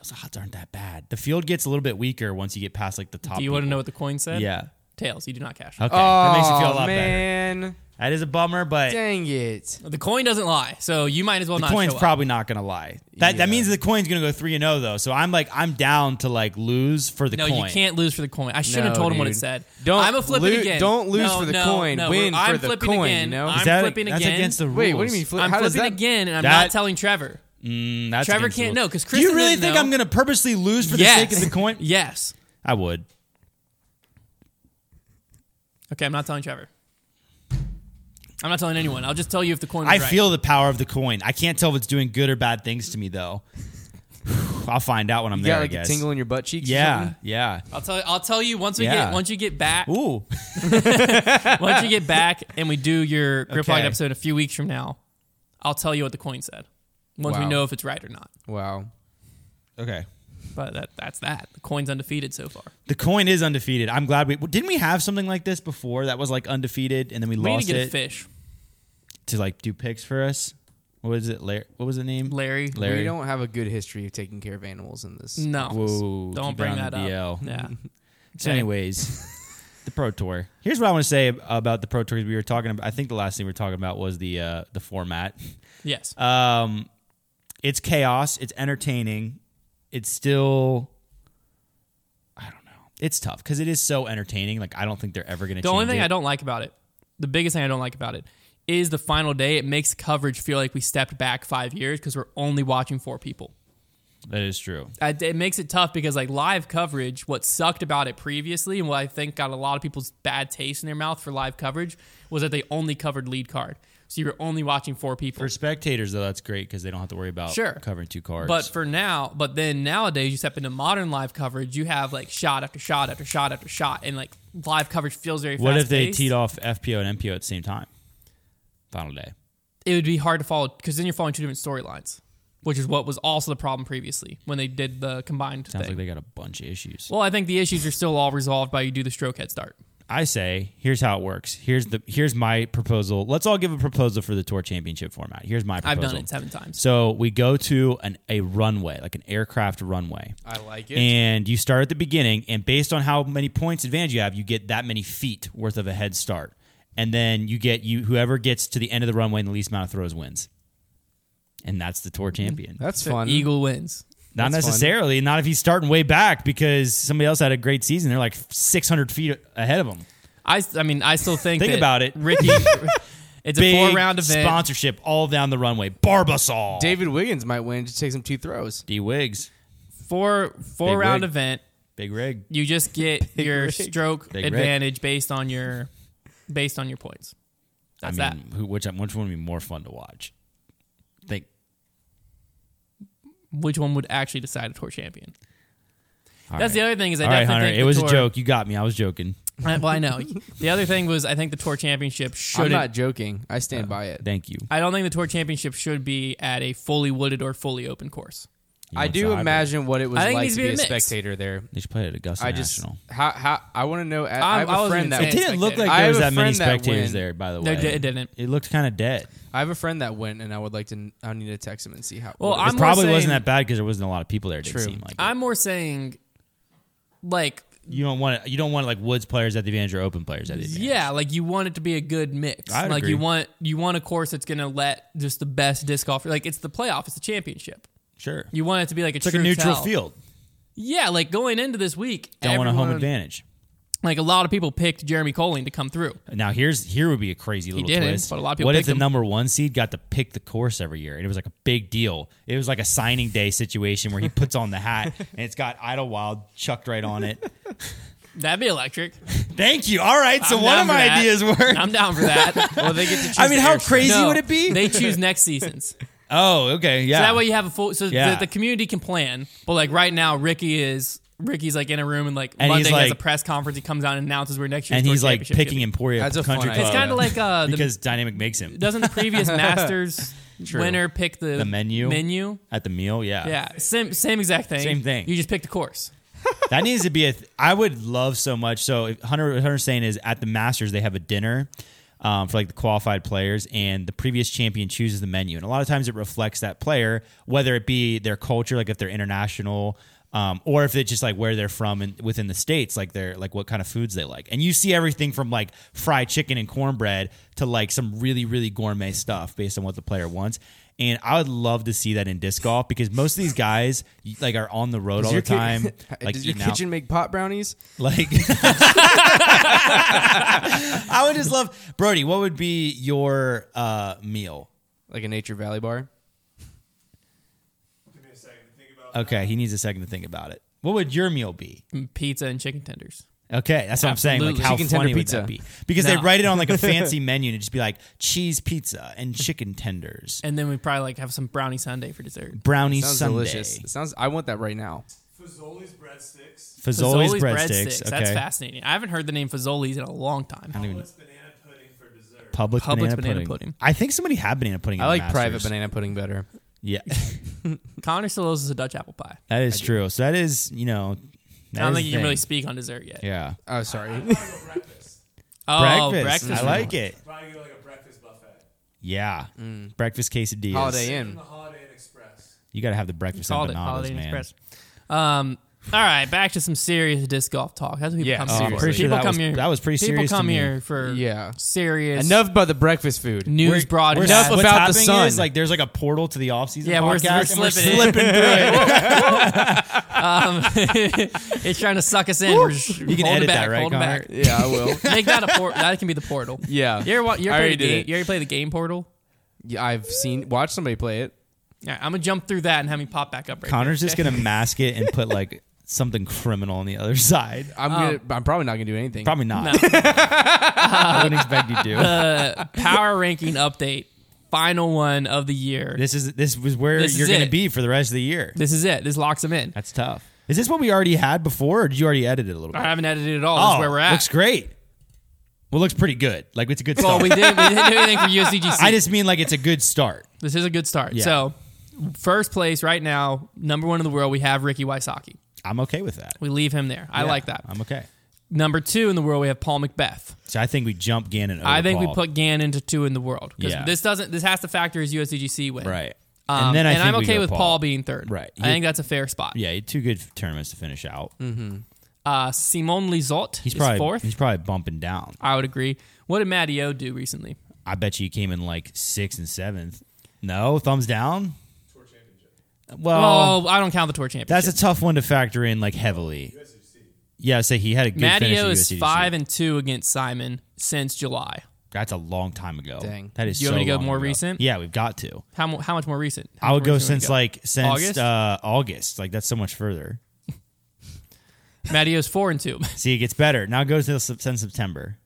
Speaker 3: Those odds aren't that bad. The field gets a little bit weaker once you get past like the top.
Speaker 1: Do you want to
Speaker 3: people.
Speaker 1: know what the coin said?
Speaker 3: Yeah.
Speaker 1: Tails. You do not cash.
Speaker 3: Okay.
Speaker 2: oh
Speaker 3: that makes you feel a lot better.
Speaker 2: man,
Speaker 3: That is a bummer, but
Speaker 2: dang it!
Speaker 1: The coin doesn't lie, so you might as well
Speaker 3: the
Speaker 1: not.
Speaker 3: coin's
Speaker 1: show up.
Speaker 3: probably not going to lie. That
Speaker 2: Yeah.
Speaker 3: that means the coin's going to go three and zero though. So I'm like I'm down to like lose for the
Speaker 1: No,
Speaker 3: coin.
Speaker 1: you can't lose for the coin. I should have
Speaker 2: No,
Speaker 1: told him what it
Speaker 2: dude.
Speaker 1: said.
Speaker 2: Don't
Speaker 1: I'm a flip it
Speaker 2: loo-
Speaker 1: again.
Speaker 2: don't lose
Speaker 1: No,
Speaker 2: for the
Speaker 1: no,
Speaker 2: coin.
Speaker 1: No,
Speaker 2: Win
Speaker 1: I'm
Speaker 2: for the
Speaker 1: flipping
Speaker 2: coin,
Speaker 1: Again.
Speaker 2: you know?
Speaker 1: I'm
Speaker 2: Is
Speaker 3: that,
Speaker 1: flipping
Speaker 3: that's
Speaker 1: again.
Speaker 3: against the rules.
Speaker 2: Wait, what do you mean? Flip?
Speaker 1: I'm
Speaker 2: how does
Speaker 1: flipping
Speaker 2: that?
Speaker 1: again, and I'm not
Speaker 3: That-
Speaker 1: telling Trevor.
Speaker 3: Mm, that's
Speaker 1: Trevor
Speaker 3: against the
Speaker 1: can't know
Speaker 3: rules.
Speaker 1: because
Speaker 3: Do
Speaker 1: Chris.
Speaker 3: you really think I'm going to purposely lose for the
Speaker 1: yes.
Speaker 3: sake of the coin?
Speaker 1: yes.
Speaker 3: I would.
Speaker 1: Okay, I'm not telling Trevor. I'm not telling anyone. I'll just tell you if the coin. Was
Speaker 3: I
Speaker 1: right.
Speaker 3: feel the power of the coin. I can't tell if it's doing good or bad things to me though. I'll find out when I'm
Speaker 2: You
Speaker 3: there.
Speaker 2: got like
Speaker 3: I
Speaker 2: a
Speaker 3: guess.
Speaker 2: tingle in your butt cheeks. or
Speaker 3: yeah,
Speaker 2: something?
Speaker 3: yeah.
Speaker 1: I'll tell. I'll tell you once we
Speaker 3: Yeah.
Speaker 1: get once you get back
Speaker 3: Ooh,
Speaker 1: once you get back and we do your grip
Speaker 3: Okay.
Speaker 1: line episode a few weeks from now. I'll tell you what the coin said once we
Speaker 2: Wow.
Speaker 1: know if it's right or not.
Speaker 2: Wow.
Speaker 3: okay.
Speaker 1: But that that's that. The coin's undefeated so far.
Speaker 3: The coin is undefeated. I'm glad we didn't we have something like this before that was like undefeated and then we,
Speaker 1: We need
Speaker 3: lost
Speaker 1: to get
Speaker 3: it
Speaker 1: a fish,
Speaker 3: to like do picks for us. What is it? Larry, what was the name?
Speaker 1: Larry.
Speaker 3: Larry. Mm.
Speaker 2: We don't have a good history of taking care of animals in this.
Speaker 1: No,
Speaker 3: Whoa,
Speaker 1: don't
Speaker 3: keep
Speaker 1: bring
Speaker 3: it on
Speaker 1: that
Speaker 3: the
Speaker 1: up.
Speaker 3: DL.
Speaker 1: Yeah,
Speaker 3: So,
Speaker 1: Okay.
Speaker 3: anyways, the Pro Tour. Here's what I want to say ab- about the Pro Tours we were talking about. I think the last thing we were talking about was the uh, the format.
Speaker 1: yes.
Speaker 3: Um, it's chaos. It's entertaining. It's still, I don't know. It's tough because it is so entertaining. Like I don't think they're ever going to.
Speaker 1: the only thing I don't like about it, the biggest thing I don't like about it, is the final day. It makes coverage feel like we stepped back five years because we're only watching four people.
Speaker 3: That is true.
Speaker 1: I, it makes it tough because like live coverage, what sucked about it previously, and what I think got a lot of people's bad taste in their mouth for live coverage was that they only covered lead card, so you were only watching four people.
Speaker 3: For spectators, though, that's great because they don't have to worry about
Speaker 1: Sure.
Speaker 3: covering two cards.
Speaker 1: but for now, but then nowadays you step into modern live coverage, you have like shot after shot after shot after shot, and like live coverage feels very.
Speaker 3: what if they
Speaker 1: fast-paced.
Speaker 3: teed off FPO and MPO at the same time? Final day.
Speaker 1: It would be hard to follow because then you're following two different storylines, which is what was also the problem previously when they did the combined
Speaker 3: Sounds
Speaker 1: thing.
Speaker 3: like they got a bunch of issues.
Speaker 1: well, I think the issues are still all resolved by you do the stroke head start.
Speaker 3: I say, here's how it works. Here's the here's my proposal. Let's all give a proposal for the tour championship format. Here's my
Speaker 1: I've
Speaker 3: proposal.
Speaker 1: done it seven times.
Speaker 3: So we go to an a runway, like an aircraft runway.
Speaker 2: I like it.
Speaker 3: And you start at the beginning, and based on how many points advantage you have, you get that many feet worth of a head start. And then you get you whoever gets to the end of the runway and the least amount of throws wins. And that's the
Speaker 1: Mm-hmm.
Speaker 3: tour champion.
Speaker 2: That's
Speaker 1: So
Speaker 2: fun.
Speaker 1: Eagle wins.
Speaker 3: not
Speaker 2: that's fun.
Speaker 3: necessarily, not if he's starting way back because somebody else had a great season. They're like 600 feet ahead of him.
Speaker 1: I, I mean, I still think
Speaker 3: Think
Speaker 1: that
Speaker 3: about it.
Speaker 1: Ricky. it's a
Speaker 3: Big
Speaker 1: four round event.
Speaker 3: sponsorship all down the runway. Barbasol.
Speaker 2: David Wiggins might win. Just takes him two throws.
Speaker 3: D Wigs.
Speaker 1: Four four
Speaker 3: Big
Speaker 1: round
Speaker 3: rig.
Speaker 1: event.
Speaker 3: Big rig.
Speaker 1: You just get your
Speaker 2: rig.
Speaker 1: stroke
Speaker 3: Big rig.
Speaker 1: advantage based on your based on your points. That's
Speaker 3: I mean, Who, which which one would be more fun to watch? Think
Speaker 1: that. Which one would actually decide a tour champion?
Speaker 3: All
Speaker 1: That's the
Speaker 3: right.
Speaker 1: other thing is I
Speaker 3: All right,
Speaker 1: definitely
Speaker 3: Hunter.
Speaker 1: think
Speaker 3: It
Speaker 1: the
Speaker 3: was
Speaker 1: tour-
Speaker 3: a joke. You got me. I was joking.
Speaker 1: I- well, I know. The other thing was I think the tour championship
Speaker 2: I'm
Speaker 1: should.
Speaker 2: not joking. I stand
Speaker 3: Uh,
Speaker 2: by it.
Speaker 3: Thank you.
Speaker 1: I don't think the tour championship should be at a fully wooded or fully open course.
Speaker 3: You
Speaker 2: I
Speaker 3: want
Speaker 2: do
Speaker 3: to hybrid.
Speaker 2: imagine what it was
Speaker 1: I think it
Speaker 2: like
Speaker 1: needs to
Speaker 2: to be
Speaker 1: be
Speaker 2: a
Speaker 1: a mix.
Speaker 2: spectator there.
Speaker 3: They should play it at Augusta
Speaker 2: I just
Speaker 3: National.
Speaker 2: how, how I want to know. I,
Speaker 1: I-
Speaker 2: I have a
Speaker 1: I wasn't
Speaker 2: friend that
Speaker 1: gonna
Speaker 3: it
Speaker 1: say
Speaker 2: went-
Speaker 3: didn't look like
Speaker 2: I
Speaker 3: there was
Speaker 2: have
Speaker 3: that
Speaker 2: a
Speaker 3: many
Speaker 2: friend that
Speaker 3: spectators
Speaker 2: went-
Speaker 3: there. By the way,
Speaker 1: There di- it didn't.
Speaker 3: It looked kind of dead.
Speaker 2: I have a friend that went, and I would like to. I need to text him and see how.
Speaker 1: Well,
Speaker 2: what it
Speaker 1: I'm
Speaker 3: It
Speaker 1: more
Speaker 3: probably
Speaker 1: saying-
Speaker 3: wasn't that bad because there wasn't a lot of people there. It didn't
Speaker 2: True.
Speaker 3: seem like it.
Speaker 1: I'm more saying, like
Speaker 3: you don't want it, you don't want like Woods players at the advantage or Open players at the advantage.
Speaker 1: Yeah, like you want it to be a good mix.
Speaker 3: I'd
Speaker 1: like
Speaker 3: agree.
Speaker 1: you want you want a course that's gonna let just the best disc golfer. Like it's the playoff, it's the championship.
Speaker 3: sure.
Speaker 1: You want it to be like a
Speaker 3: it's like a
Speaker 1: true
Speaker 3: neutral
Speaker 1: tell.
Speaker 3: field.
Speaker 1: Yeah, like going into this week,
Speaker 3: Don't want a home
Speaker 1: everyone-
Speaker 3: advantage.
Speaker 1: Like a lot of people picked Jeremy Colling to come through.
Speaker 3: Now here's here would be a crazy little
Speaker 1: didn't,
Speaker 3: twist.
Speaker 1: but a lot of people
Speaker 3: what if
Speaker 1: picked
Speaker 3: the
Speaker 1: him.
Speaker 3: number one seed got to pick the course every year, and it was like a big deal? It was like a signing day situation where he puts on the hat and it's got Idlewild chucked right on it.
Speaker 1: That'd be electric.
Speaker 3: Thank you. All right, so
Speaker 1: I'm
Speaker 3: one
Speaker 1: down
Speaker 3: of
Speaker 1: for
Speaker 3: my
Speaker 1: that.
Speaker 3: ideas worked.
Speaker 1: I'm down for that.
Speaker 2: Well, they get to choose
Speaker 3: I mean,
Speaker 2: the
Speaker 3: how
Speaker 2: airstream.
Speaker 3: crazy
Speaker 1: No,
Speaker 3: would it be?
Speaker 1: They choose next seasons.
Speaker 3: oh, okay, yeah.
Speaker 1: So that way you have a full so
Speaker 3: Yeah.
Speaker 1: the, the community can plan. But like right now, Ricky is Ricky's like in a room and like
Speaker 3: And he's
Speaker 1: Monday he has a
Speaker 3: like-
Speaker 1: press conference. He comes out and announces where next year's
Speaker 3: and
Speaker 1: tour
Speaker 3: he's like
Speaker 1: championship should
Speaker 3: picking
Speaker 1: be.
Speaker 3: Emporia
Speaker 2: That's a fun
Speaker 3: Country
Speaker 2: idea.
Speaker 3: Club.
Speaker 1: It's kind of like uh, the
Speaker 3: because dynamic makes him
Speaker 1: doesn't the previous Masters
Speaker 2: True.
Speaker 1: winner pick the,
Speaker 3: The menu?
Speaker 1: Menu,
Speaker 3: at the meal. Yeah,
Speaker 1: yeah, same same exact thing.
Speaker 3: Same thing.
Speaker 1: You just pick the course.
Speaker 3: that needs to be a. Th- I would love so much. So if Hunter what Hunter's saying is at the Masters they have a dinner. Um, for like the qualified players, and the previous champion chooses the menu, and a lot of times it reflects that player, whether it be their culture, like if they're international, um, or if it's just like where they're from and within the states, like they're like what kind of foods they like. And you see everything from like fried chicken and cornbread to like some really really gourmet stuff based on what the player wants. And I would love to see that in disc golf because most of these guys like are on the road all the
Speaker 2: Does your
Speaker 3: time.
Speaker 2: ki-
Speaker 3: like
Speaker 2: Does your
Speaker 3: eating out.
Speaker 2: kitchen make pot brownies?
Speaker 3: Like, I would just love Brody. What would be your uh, meal?
Speaker 2: Like a Nature Valley bar?
Speaker 4: Give me a second to think about.
Speaker 3: Okay, he needs a second to think about it. What would your meal be?
Speaker 1: Pizza and chicken tenders.
Speaker 3: Okay, that's what I'm saying.
Speaker 1: Absolutely.
Speaker 3: Like, how
Speaker 2: Chicken tender
Speaker 3: funny would
Speaker 2: pizza.
Speaker 3: that be? Because
Speaker 1: No.
Speaker 3: they write it on like a fancy menu and it'd just be like cheese pizza and chicken tenders,
Speaker 1: And then we probably like have some brownie sundae for dessert.
Speaker 3: brownie
Speaker 2: Sounds
Speaker 3: sundae,
Speaker 2: delicious. It sounds. I want that right now.
Speaker 4: Fazoli's breadsticks.
Speaker 3: Fazoli's,
Speaker 1: Fazoli's
Speaker 3: breadsticks. Okay,
Speaker 1: That's fascinating. I haven't heard the name Fazoli's in a long time.
Speaker 4: Publix banana pudding for dessert.
Speaker 3: Public
Speaker 1: Publix
Speaker 3: banana,
Speaker 1: banana
Speaker 3: pudding.
Speaker 1: pudding.
Speaker 3: I think somebody had banana pudding.
Speaker 2: I
Speaker 3: at the
Speaker 2: like private
Speaker 3: Masters.
Speaker 2: banana pudding better.
Speaker 3: Yeah,
Speaker 1: Connor still owes us a Dutch apple pie.
Speaker 3: that is true. So that is you
Speaker 1: I
Speaker 3: know. that
Speaker 1: don't
Speaker 3: is
Speaker 1: think
Speaker 3: the
Speaker 1: you can really
Speaker 3: thing.
Speaker 1: speak on dessert yet.
Speaker 3: Yeah.
Speaker 2: Oh, sorry.
Speaker 4: Breakfast. breakfast.
Speaker 1: Oh,
Speaker 3: breakfast.
Speaker 1: breakfast.
Speaker 3: I like it.
Speaker 4: Probably go like a breakfast buffet.
Speaker 3: Yeah.
Speaker 1: Mm.
Speaker 3: Breakfast quesadillas.
Speaker 2: Holiday
Speaker 4: From
Speaker 2: Inn.
Speaker 4: the Holiday Inn Express.
Speaker 3: You got to have the breakfast
Speaker 1: Called it
Speaker 3: empanadas,
Speaker 1: Holiday Inn
Speaker 3: man.
Speaker 1: Express. Um, all right, back to some serious disc golf talk. That's what people
Speaker 2: Yeah,
Speaker 1: come
Speaker 2: oh, I'm
Speaker 1: here.
Speaker 2: pretty
Speaker 3: sure
Speaker 1: people
Speaker 3: that
Speaker 1: come
Speaker 3: was-
Speaker 1: here.
Speaker 3: that was pretty
Speaker 1: People
Speaker 3: serious to
Speaker 1: come
Speaker 3: me.
Speaker 1: here for
Speaker 2: Yeah.
Speaker 1: serious
Speaker 2: Enough about the breakfast food.
Speaker 1: news broadcast.
Speaker 2: Enough
Speaker 3: What's
Speaker 2: about the
Speaker 3: happening
Speaker 2: sun.
Speaker 3: Is, like there's like a portal to the offseason
Speaker 1: Yeah, we're-
Speaker 3: podcast,
Speaker 1: we're
Speaker 3: and
Speaker 1: slipping in.
Speaker 3: slipping through it.
Speaker 1: Um, it's trying to suck us in. We're just
Speaker 3: You can
Speaker 1: holding
Speaker 3: edit
Speaker 1: back,
Speaker 3: that, right,
Speaker 1: holding
Speaker 3: Connor?
Speaker 1: back.
Speaker 2: Yeah, I will.
Speaker 1: Make that a port. That can be the portal.
Speaker 2: Yeah.
Speaker 1: You ever, wa- you
Speaker 2: I
Speaker 1: ever play
Speaker 2: already
Speaker 1: the
Speaker 2: did
Speaker 1: game?
Speaker 2: it.
Speaker 1: You ever play the game portal?
Speaker 2: Yeah, I've seen watched somebody play it.
Speaker 1: All right, I'm gonna jump through that and have me pop back up. Right
Speaker 3: Connor's
Speaker 1: here,
Speaker 3: just
Speaker 1: okay?
Speaker 3: gonna mask it and put like something criminal on the other side.
Speaker 1: Oh.
Speaker 2: I'm gonna, I'm probably not gonna do anything.
Speaker 3: Probably not. I wouldn't expect you to.
Speaker 1: power ranking update, final one of the year. This,
Speaker 3: this is this was where
Speaker 1: This
Speaker 3: you're
Speaker 1: is
Speaker 3: gonna
Speaker 1: it.
Speaker 3: be for the rest of the year.
Speaker 1: is it. This locks them in.
Speaker 3: That's tough. Is this what we already had before, or did you already edit it a little bit? Oh,
Speaker 1: I haven't edited it all. That's where we're at.
Speaker 3: Looks great. Well, looks pretty good. Like it's a good
Speaker 1: well,
Speaker 3: start.
Speaker 1: we didn't, we didn't do anything for USDGC.
Speaker 3: I just mean like it's a good start.
Speaker 1: this is a good start.
Speaker 3: Yeah.
Speaker 1: So, first place right now, number one in the world, we have Ricky Wysocki.
Speaker 3: I'm okay with that.
Speaker 1: We leave him there. I like that.
Speaker 3: I'm okay.
Speaker 1: Number two in the world, we have Paul Macbeth.
Speaker 3: So I think we jump Gannon. Over
Speaker 1: I think we
Speaker 3: Paul.
Speaker 1: put Gann into two in the world because
Speaker 3: Yeah.
Speaker 1: this doesn't. This has to factor his USDGC win,
Speaker 3: right,
Speaker 1: Um, and
Speaker 3: then I
Speaker 1: am
Speaker 3: think we
Speaker 1: okay
Speaker 3: go
Speaker 1: with Paul. being third.
Speaker 3: Right.
Speaker 1: I think that's a fair spot.
Speaker 3: Yeah, he had two good tournaments to finish out.
Speaker 1: Uh, Simon Lizotte
Speaker 3: He's
Speaker 1: Mm. is
Speaker 3: probably
Speaker 1: fourth.
Speaker 3: He's probably bumping down.
Speaker 1: I would agree. What did Matty O do recently?
Speaker 3: I bet you he came in like sixth and seventh. No, thumbs down.
Speaker 4: Tour championship.
Speaker 3: Well,
Speaker 1: Oh, I don't count the tour championship.
Speaker 3: that's a tough one to factor in like heavily.
Speaker 4: USHC.
Speaker 3: Yeah, say he had a good
Speaker 1: Matty
Speaker 3: finish.
Speaker 1: O
Speaker 3: at
Speaker 1: is
Speaker 3: USDGC.
Speaker 1: five and two against Simon since July.
Speaker 3: That's a long time ago.
Speaker 2: Dang.
Speaker 3: that is.
Speaker 1: Do you want
Speaker 3: so
Speaker 1: me to go
Speaker 3: long
Speaker 1: more
Speaker 3: ago.
Speaker 1: recent?
Speaker 3: Yeah, we've got to.
Speaker 1: How mu- how much more recent? How
Speaker 3: I
Speaker 1: much
Speaker 3: would
Speaker 1: more
Speaker 3: go
Speaker 1: recent do we
Speaker 3: since like since
Speaker 1: August?
Speaker 3: August? Uh, August. Like that's so much further.
Speaker 1: Matty O's four and two.
Speaker 3: See, it gets better. Now go to sep- since September.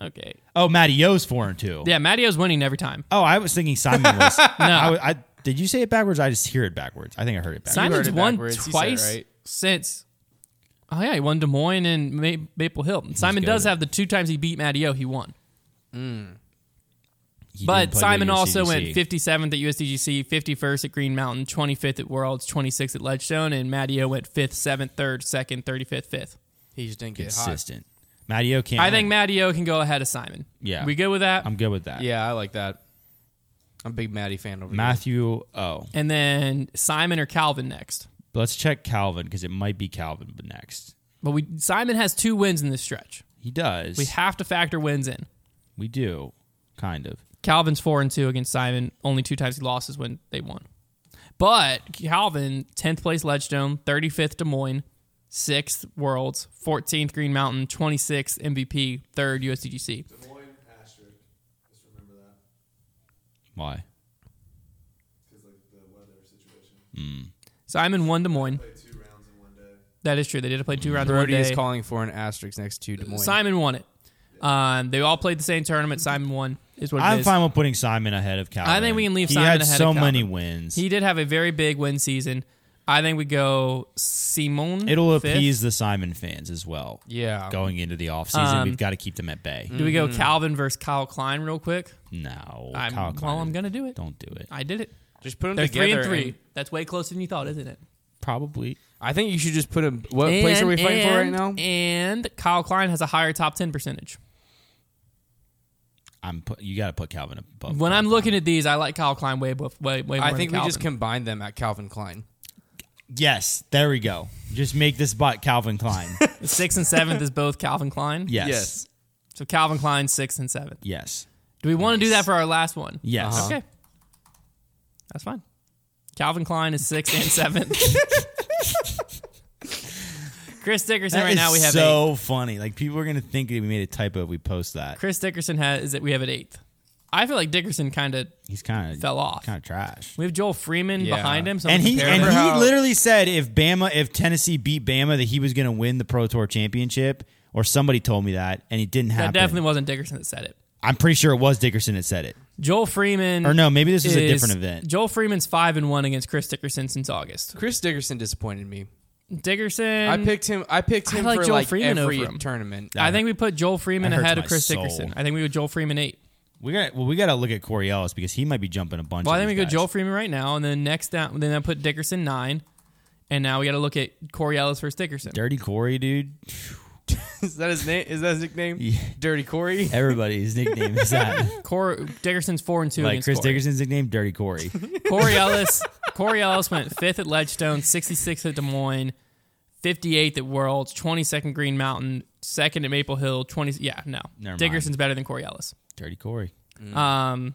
Speaker 1: okay.
Speaker 3: Oh, Matty O's four and two.
Speaker 1: Yeah, Matty O's winning every time.
Speaker 3: Oh, I was thinking Simon was. no, I, wa- I- did you say it backwards? I just hear it backwards. I think I heard it backwards.
Speaker 1: Simon's
Speaker 2: it
Speaker 1: won
Speaker 2: backwards. He said it
Speaker 1: twice
Speaker 2: right.
Speaker 1: since. Oh yeah, he won Des Moines and Ma- Maple Hill. Simon does
Speaker 3: goaded.
Speaker 1: have the two times he beat Matty O, he won.
Speaker 3: He didn't
Speaker 1: But
Speaker 3: play
Speaker 1: Simon
Speaker 3: the
Speaker 1: also
Speaker 3: USDGC.
Speaker 1: went 57th at USDGC, 51st at Green Mountain, 25th at Worlds, 26th at Ledgestone, and Matty O went 5th, 7th, 3rd, 2nd, 35th, 5th.
Speaker 2: He just didn't get hot.
Speaker 3: consistent. Matty O can't.
Speaker 1: I think Matty O can go ahead of Simon.
Speaker 3: Yeah.
Speaker 1: We good with that?
Speaker 3: I'm good with that.
Speaker 2: Yeah, I like that. I'm a big Maddie fan over here.
Speaker 3: Matthew O.
Speaker 1: and then Simon or Calvin next.
Speaker 3: Let's check Calvin because it might be Calvin but next.
Speaker 1: But we Simon has two wins in this stretch.
Speaker 3: He does.
Speaker 1: We
Speaker 3: We,
Speaker 1: have to factor wins in.
Speaker 3: do, kind of.
Speaker 1: Calvin's four and two against Simon. Only two times he lost is when they won. But Calvin, tenth place Ledgestone, thirty fifth Des Moines, sixth Worlds, fourteenth Green Mountain, twenty sixth MVP, third USDGC.
Speaker 4: Des Moines asterisk. Just remember that.
Speaker 3: Why?
Speaker 4: Because like the weather situation.
Speaker 1: Simon won Des Moines.
Speaker 4: Play two rounds in one day.
Speaker 1: That is true. They did play two rounds. in one
Speaker 2: Brody is
Speaker 1: day.
Speaker 2: calling for an asterisk next to Des Moines.
Speaker 1: Simon won it. Um, they all played the same tournament. Simon won. Is what it
Speaker 3: I'm
Speaker 1: is.
Speaker 3: fine with putting Simon ahead of Calvin.
Speaker 1: I think we can leave
Speaker 3: he
Speaker 1: Simon
Speaker 3: had
Speaker 1: ahead of
Speaker 3: so
Speaker 1: Calvin.
Speaker 3: many wins.
Speaker 1: He did have a very big win season. I think we go Simon.
Speaker 3: It'll
Speaker 1: fifth.
Speaker 3: appease the Simon fans as well.
Speaker 2: Yeah.
Speaker 3: Going into the offseason, we've got to keep them at bay.
Speaker 1: Um, Do we
Speaker 2: Mm-hmm.
Speaker 1: go Calvin versus Kyle Klein real quick?
Speaker 3: No.
Speaker 1: I'm,
Speaker 3: Kyle
Speaker 1: well,
Speaker 3: Klein,
Speaker 1: I'm gonna do it.
Speaker 3: Don't do it.
Speaker 1: I did it.
Speaker 2: Just put them
Speaker 1: They're
Speaker 2: together.
Speaker 1: three and three.
Speaker 2: and-
Speaker 1: That's way closer than you thought, isn't it?
Speaker 3: Probably.
Speaker 2: I think you should just put them. What place are we fighting for right now?
Speaker 1: And Kyle Klein has a higher top ten percentage.
Speaker 3: I'm put, you got to put Calvin above.
Speaker 1: When
Speaker 3: Kyle
Speaker 1: I'm
Speaker 3: Klein.
Speaker 1: looking at these, I like Kyle Klein way above, way way more.
Speaker 2: I
Speaker 1: than
Speaker 2: think we just
Speaker 1: Calvin.
Speaker 2: combined them at Calvin Klein.
Speaker 3: Yes, there we go. Just make this bot Calvin Klein.
Speaker 1: sixth and seventh is both Calvin Klein.
Speaker 3: Yes.
Speaker 2: Yes.
Speaker 3: Yes.
Speaker 1: So Calvin Klein sixth and seventh.
Speaker 3: Yes.
Speaker 1: Do we want to do that for our last one?
Speaker 3: Yes.
Speaker 2: Uh-huh.
Speaker 1: Okay. That's fine. Calvin Klein is sixth and seventh. Chris Dickerson
Speaker 3: That
Speaker 1: right
Speaker 3: is
Speaker 1: now we have eight.
Speaker 3: so funny. Like people are gonna think that we made a typo if we post that.
Speaker 1: Chris Dickerson has is that we have at eighth. I feel like Dickerson kind of
Speaker 3: He's kind of
Speaker 1: Fell off.
Speaker 3: Kind of trash.
Speaker 1: we have Joel Freeman
Speaker 2: Yeah.
Speaker 1: behind him. So I'm
Speaker 3: And he
Speaker 1: comparing
Speaker 3: and
Speaker 1: him.
Speaker 3: he
Speaker 2: how-
Speaker 3: literally said if Bama if Tennessee beat Bama that he was gonna win the Pro Tour championship or somebody told me that and it didn't
Speaker 1: that
Speaker 3: happen.
Speaker 1: definitely wasn't Dickerson that said it.
Speaker 3: I'm pretty sure it was Dickerson that said it.
Speaker 1: Joel Freeman
Speaker 3: Or no, maybe this was
Speaker 1: is
Speaker 3: a different event.
Speaker 1: Joel Freeman's five and one against Chris Dickerson since August.
Speaker 2: Chris Dickerson disappointed me.
Speaker 1: Dickerson,
Speaker 2: I picked him. I picked
Speaker 1: I
Speaker 2: him
Speaker 1: like
Speaker 2: for
Speaker 1: Joel
Speaker 2: like
Speaker 1: Freeman
Speaker 2: every
Speaker 1: over him.
Speaker 2: tournament.
Speaker 1: I think we put Joel Freeman
Speaker 3: That hurts
Speaker 1: ahead of
Speaker 3: my
Speaker 1: Chris
Speaker 3: soul.
Speaker 1: Dickerson. I think we would Joel Freeman eight.
Speaker 3: We got well, we got to look at Corey Ellis because he might be jumping a bunch.
Speaker 1: Well, I
Speaker 3: of
Speaker 1: think we
Speaker 3: these
Speaker 1: go
Speaker 3: guys.
Speaker 1: Joel Freeman right now, and then next down, then I put Dickerson nine, and now we got to look at Corey Ellis versus Dickerson.
Speaker 3: Dirty Corey, dude.
Speaker 2: is that his name? Is that his nickname? Dirty Corey.
Speaker 3: Everybody's nickname is that.
Speaker 1: Cor- Dickerson's four and two
Speaker 3: like
Speaker 1: against
Speaker 3: Chris
Speaker 1: Corey.
Speaker 3: Dickerson's nickname, Dirty Corey.
Speaker 1: Corey Ellis. Corey Ellis went fifth at Ledgestone, 66th at Des Moines, 58th at Worlds, 22nd Green Mountain, second at Maple Hill, 20. Yeah, no,
Speaker 3: Never mind.
Speaker 1: Dickerson's better than Corey Ellis.
Speaker 3: Dirty Corey.
Speaker 1: Um,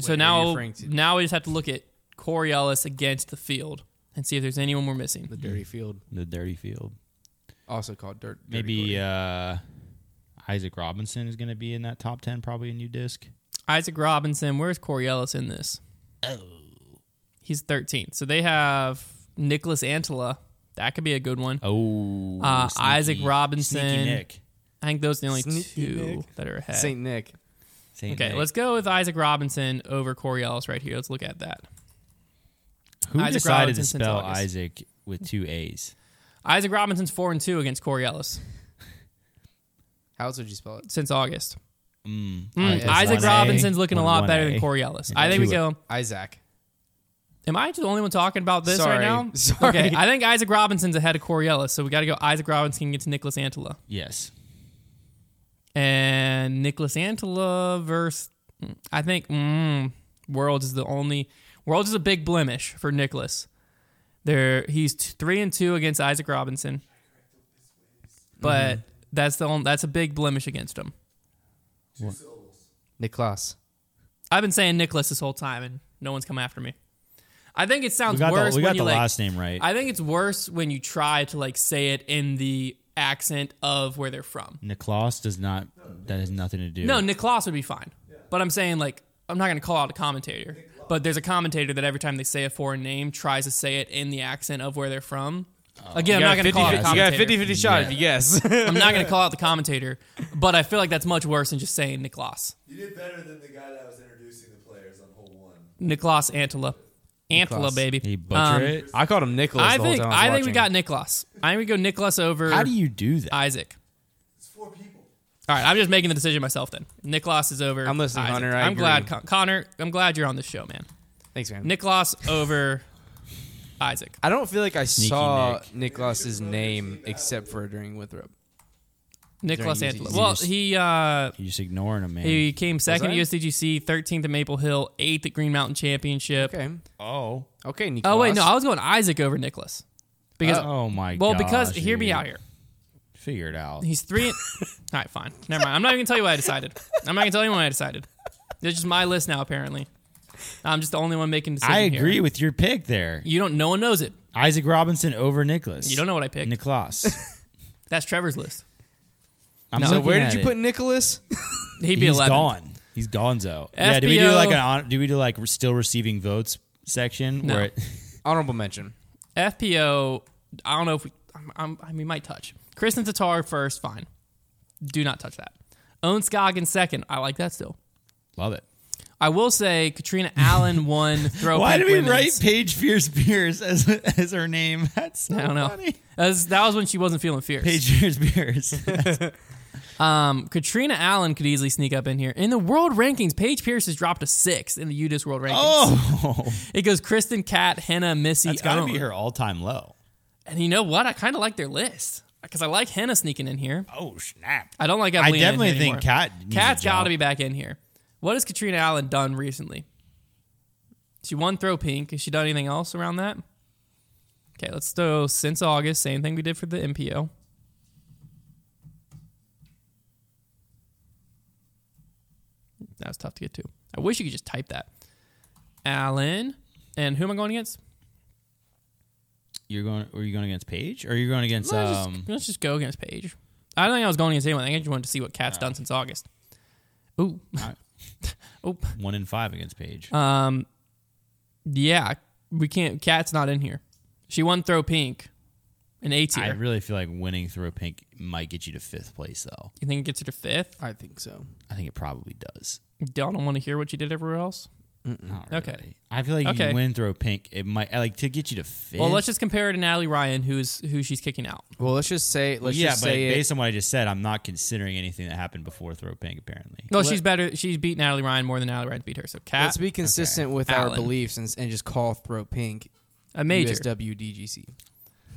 Speaker 1: so
Speaker 2: are you
Speaker 1: now,
Speaker 2: referring to?
Speaker 1: now we just have to look at Corey Ellis against the field and see if there's anyone we're missing.
Speaker 2: The Dirty Field,
Speaker 3: The Dirty Field.
Speaker 2: also called Dirt. Dirty
Speaker 3: Maybe
Speaker 2: Corey.
Speaker 3: uh, Isaac Robinson is going to be in that top 10, probably a new disc.
Speaker 1: Isaac Robinson. Where's Corey Ellis in this? Oh. He's 13th. So they have Nicholas Antela. That could be a good one.
Speaker 3: Oh,
Speaker 1: Uh, Isaac Robinson.
Speaker 3: Sneaky Nick.
Speaker 1: I think those are the only
Speaker 2: Sneaky
Speaker 1: two
Speaker 2: Nick.
Speaker 1: that are ahead.
Speaker 2: Saint Nick.
Speaker 3: Saint
Speaker 1: Okay,
Speaker 3: Nick.
Speaker 1: let's go with Isaac Robinson over Corey Ellis right here. Let's look at that.
Speaker 3: Who
Speaker 1: Isaac
Speaker 3: decided to
Speaker 1: Robinson since
Speaker 3: spell
Speaker 1: August.
Speaker 3: Isaac with two A's?
Speaker 1: Isaac Robinson's four and two against Corey Ellis
Speaker 2: How else would you spell it?
Speaker 1: since August.
Speaker 3: Mm,
Speaker 1: Mm,
Speaker 2: Isaac
Speaker 1: Isaac
Speaker 3: one A,
Speaker 1: Robinson's looking a
Speaker 3: one
Speaker 1: lot
Speaker 3: one
Speaker 1: better
Speaker 3: A.
Speaker 1: than Corey Ellis. I think we
Speaker 3: Two
Speaker 1: go.
Speaker 2: Isaac.
Speaker 1: Am I the only one talking about this
Speaker 2: Sorry.
Speaker 1: right now?
Speaker 2: Sorry.
Speaker 1: Okay, I think Isaac Robinson's ahead of Corey Ellis, so we got to go Isaac Robinson against Nicholas Antela.
Speaker 3: Yes.
Speaker 1: And Nicholas Antela versus, I think, mm, Worlds is the only. Worlds is a big blemish for Nicholas. There, he's t- three and two against Isaac Robinson,
Speaker 3: Mm-hmm.
Speaker 1: but that's the only, that's a big blemish against him.
Speaker 2: Niklas.
Speaker 1: I've been saying Nicholas this whole time, and no one's come after me. I think it
Speaker 3: We
Speaker 1: sounds
Speaker 3: got
Speaker 1: worse
Speaker 3: the, we
Speaker 1: when
Speaker 3: got
Speaker 1: you
Speaker 3: the
Speaker 1: like.
Speaker 3: last name right.
Speaker 1: I think it's worse when you try to like say it in the accent of where they're from.
Speaker 3: Niklaus does not. That has nothing to do.
Speaker 1: No, Niklaus would be fine, but I'm saying like I'm not gonna call out a commentator, but there's a commentator that every time they say a foreign name tries to say it in the accent of where they're from.
Speaker 3: Oh.
Speaker 1: Again, I'm not gonna call out the commentator.
Speaker 2: shot
Speaker 3: if you
Speaker 2: guess.
Speaker 1: I'm not gonna call out the commentator, but I feel like that's much worse than just saying Niklaus.
Speaker 4: You did better than the guy that was introducing the players on hole one.
Speaker 1: Niklaus Antela, Antela
Speaker 2: Niklaus.
Speaker 1: baby.
Speaker 3: He butchered
Speaker 1: Um,
Speaker 3: it.
Speaker 2: I called him Nicholas.
Speaker 1: I
Speaker 2: the whole
Speaker 1: think
Speaker 2: time
Speaker 1: I
Speaker 2: was
Speaker 1: think we got
Speaker 2: watching.
Speaker 1: Niklaus. I think we go Niklaus over
Speaker 3: How do you do that?
Speaker 1: Isaac.
Speaker 4: It's four people.
Speaker 1: All right, I'm just making the decision myself then. Niklas is over.
Speaker 2: I'm listening,
Speaker 1: Isaac.
Speaker 2: Connor, I
Speaker 1: I'm
Speaker 2: agree.
Speaker 1: glad Con- Connor. I'm glad you're on this show, man.
Speaker 2: Thanks, man.
Speaker 1: Niklas over Isaac.
Speaker 2: I don't feel like I saw
Speaker 3: Nick.
Speaker 2: Nicholas's name except for during Winthrop.
Speaker 1: Niklas
Speaker 2: any
Speaker 1: Antelo.
Speaker 2: USDGC?
Speaker 1: Well, he uh,
Speaker 3: You're just ignoring him, man.
Speaker 1: he came second at
Speaker 2: I?
Speaker 1: USDGC, 13th at Maple Hill, 8th at Green Mountain Championship.
Speaker 2: Okay.
Speaker 3: oh.
Speaker 2: Okay, Nicholas.
Speaker 1: Oh wait, no, I was going Isaac over Nicholas because
Speaker 3: oh my.
Speaker 1: well because
Speaker 3: gosh,
Speaker 1: hear me
Speaker 3: dude.
Speaker 1: out here.
Speaker 3: Figure it out.
Speaker 1: He's three. all right, fine. Never mind. I'm not even gonna tell you what I decided. I'm not gonna tell you what I decided. It's just my list now. Apparently, I'm just the only one making decisions.
Speaker 3: I agree with your pick there,
Speaker 1: You don't. No one knows it.
Speaker 3: Isaac Robinson over Nicholas.
Speaker 1: You don't know what I picked.
Speaker 3: Niklaus.
Speaker 1: That's Trevor's list.
Speaker 3: I'm
Speaker 1: No.
Speaker 2: So
Speaker 3: looking
Speaker 2: where did
Speaker 3: at
Speaker 2: you
Speaker 3: it.
Speaker 2: put Nicholas?
Speaker 1: He'd be
Speaker 3: He's
Speaker 1: 11.
Speaker 3: gone. He's gonzo. Yeah. Do we do
Speaker 1: FBO.
Speaker 3: like an? hon- Do we do like still receiving votes section?
Speaker 1: No.
Speaker 3: Where it,
Speaker 2: Honorable mention.
Speaker 1: FPO. I don't know if we. I'm, I'm, I mean, we might touch. Kristen Tatar first. Fine. Do not touch that. Own Scoggin second. I like that still.
Speaker 3: love it.
Speaker 1: I will say Katrina Allen won throw.
Speaker 3: Why
Speaker 1: pick
Speaker 3: did we
Speaker 1: women's.
Speaker 3: write Paige Fierce Pierce as as her name? That's so
Speaker 1: I don't know.
Speaker 3: funny.
Speaker 1: That was, that was when she wasn't feeling fierce.
Speaker 3: Paige Fierce Pierce.
Speaker 1: Um, Katrina Allen could easily sneak up in here. In the world rankings, Paige Pierce has dropped to sixth in the UDIS world rankings.
Speaker 3: oh,
Speaker 1: It goes Kristen, Kat, Henna, Missy,
Speaker 3: that's gotta be
Speaker 1: Own.
Speaker 3: her all time low.
Speaker 1: And you know what? I kind of like their list because I like Henna sneaking in here.
Speaker 3: Oh snap!
Speaker 1: I don't like Evelina.
Speaker 3: I
Speaker 1: in
Speaker 3: definitely
Speaker 1: here
Speaker 3: think
Speaker 1: anymore.
Speaker 3: Kat. needs a
Speaker 1: Cat's got
Speaker 3: job.
Speaker 1: to be back in here. What has Katrina Allen done recently? She won throw pink. Has she done anything else around that? Okay, let's throw since August. Same thing we did for the MPO. That was tough to get to. I wish you could just type that. Allen. And who am I going against?
Speaker 3: You're going. Were you going against Paige, or you're going against
Speaker 1: Let's, just-
Speaker 3: um?
Speaker 1: let's just, go against Paige. I don't think I was going against anyone. I think I just wanted to see what Cat's done since August. Ooh.
Speaker 3: Alright.
Speaker 1: Oop.
Speaker 3: One in five against Paige.
Speaker 1: Um, yeah, we can't. Cat's not in here. She won throw pink, an A
Speaker 3: I
Speaker 1: tier.
Speaker 3: really feel like winning through a pink might get you to fifth place, though.
Speaker 1: you think it gets her to fifth?
Speaker 2: I think so.
Speaker 3: I think it probably does.
Speaker 1: Y'all don't want to hear what she did everywhere else.
Speaker 3: Not
Speaker 1: Okay.
Speaker 3: really. I feel like
Speaker 1: Okay.
Speaker 3: you win through a pink. It might like to get you to fifth.
Speaker 1: Well, let's just compare it to Natalie Ryan, who's who she's kicking out.
Speaker 2: Well, let's just say. Let's
Speaker 3: yeah,
Speaker 2: just
Speaker 3: but
Speaker 2: say.
Speaker 3: based
Speaker 2: It,
Speaker 3: on what I just said, I'm not considering anything that happened before throw pink. Apparently,
Speaker 1: No, she's better. She's beat Natalie Ryan more than Natalie Ryan beat her. So
Speaker 2: let's
Speaker 1: Cat,
Speaker 2: be consistent with our
Speaker 1: Allen.
Speaker 2: beliefs and, and just call throw pink.
Speaker 1: a major.
Speaker 2: USWDGC.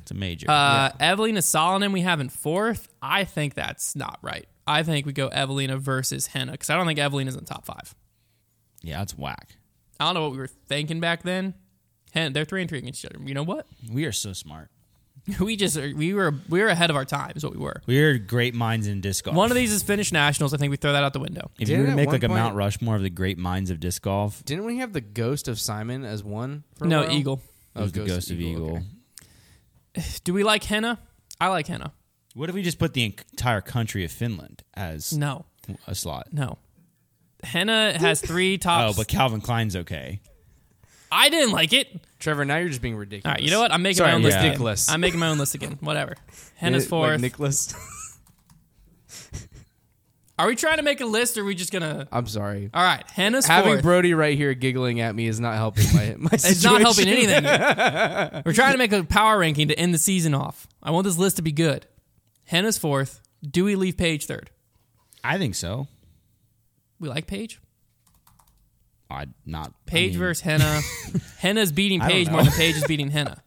Speaker 3: it's a major.
Speaker 1: Uh, Evelina Solonen, we have in fourth. I think that's not right. I think we go Evelina versus Henna because I don't think Evelina's in the top five.
Speaker 3: yeah, that's whack.
Speaker 1: I don't know what we were thinking back then. Henna, they're three and three against each other. You know what?
Speaker 3: We are so smart.
Speaker 1: We just we were we were ahead of our time is what we were.
Speaker 3: We are great minds in disc golf.
Speaker 1: One of these is Finnish nationals. I think we throw that out the window.
Speaker 3: If you
Speaker 2: Didn't
Speaker 3: were to
Speaker 2: at
Speaker 3: make
Speaker 2: one
Speaker 3: like a
Speaker 2: point-
Speaker 3: Mount Rushmore of the great minds of disc golf,
Speaker 2: Didn't we have the ghost of Simon as one? For a
Speaker 1: No
Speaker 2: while?
Speaker 1: eagle.
Speaker 2: Oh,
Speaker 3: it was the ghost, of Eagle.
Speaker 2: okay.
Speaker 1: Do we like henna? I like henna.
Speaker 3: What if we just put the entire country of Finland as
Speaker 1: No,
Speaker 3: a slot?
Speaker 1: no. Henna has three
Speaker 3: Oh,
Speaker 1: tops.
Speaker 3: but Calvin Klein's okay.
Speaker 1: I didn't like it.
Speaker 2: Trevor, now you're just being ridiculous.
Speaker 1: All right, you know what? I'm making
Speaker 2: Sorry,
Speaker 1: my own list. again.
Speaker 2: ridiculous.
Speaker 1: I'm making my own list again. Whatever. Henna's
Speaker 2: for
Speaker 1: fourth.
Speaker 2: Nicholas.
Speaker 1: are we trying to make a list or are we just gonna
Speaker 2: I'm sorry.
Speaker 1: All right, Henna's
Speaker 2: Having
Speaker 1: fourth.
Speaker 2: Brody right here giggling at me is not helping my, my situation.
Speaker 1: it's not helping anything. We're trying to make a power ranking to end the season off. I want this list to be good. Henna's fourth. Do we leave Paige third?
Speaker 3: I think so.
Speaker 1: We like Paige?
Speaker 3: I not I
Speaker 1: Paige
Speaker 3: mean,
Speaker 1: versus Henna. Henna's beating
Speaker 3: I don't
Speaker 1: Paige
Speaker 3: know.
Speaker 1: more than Paige is beating Henna.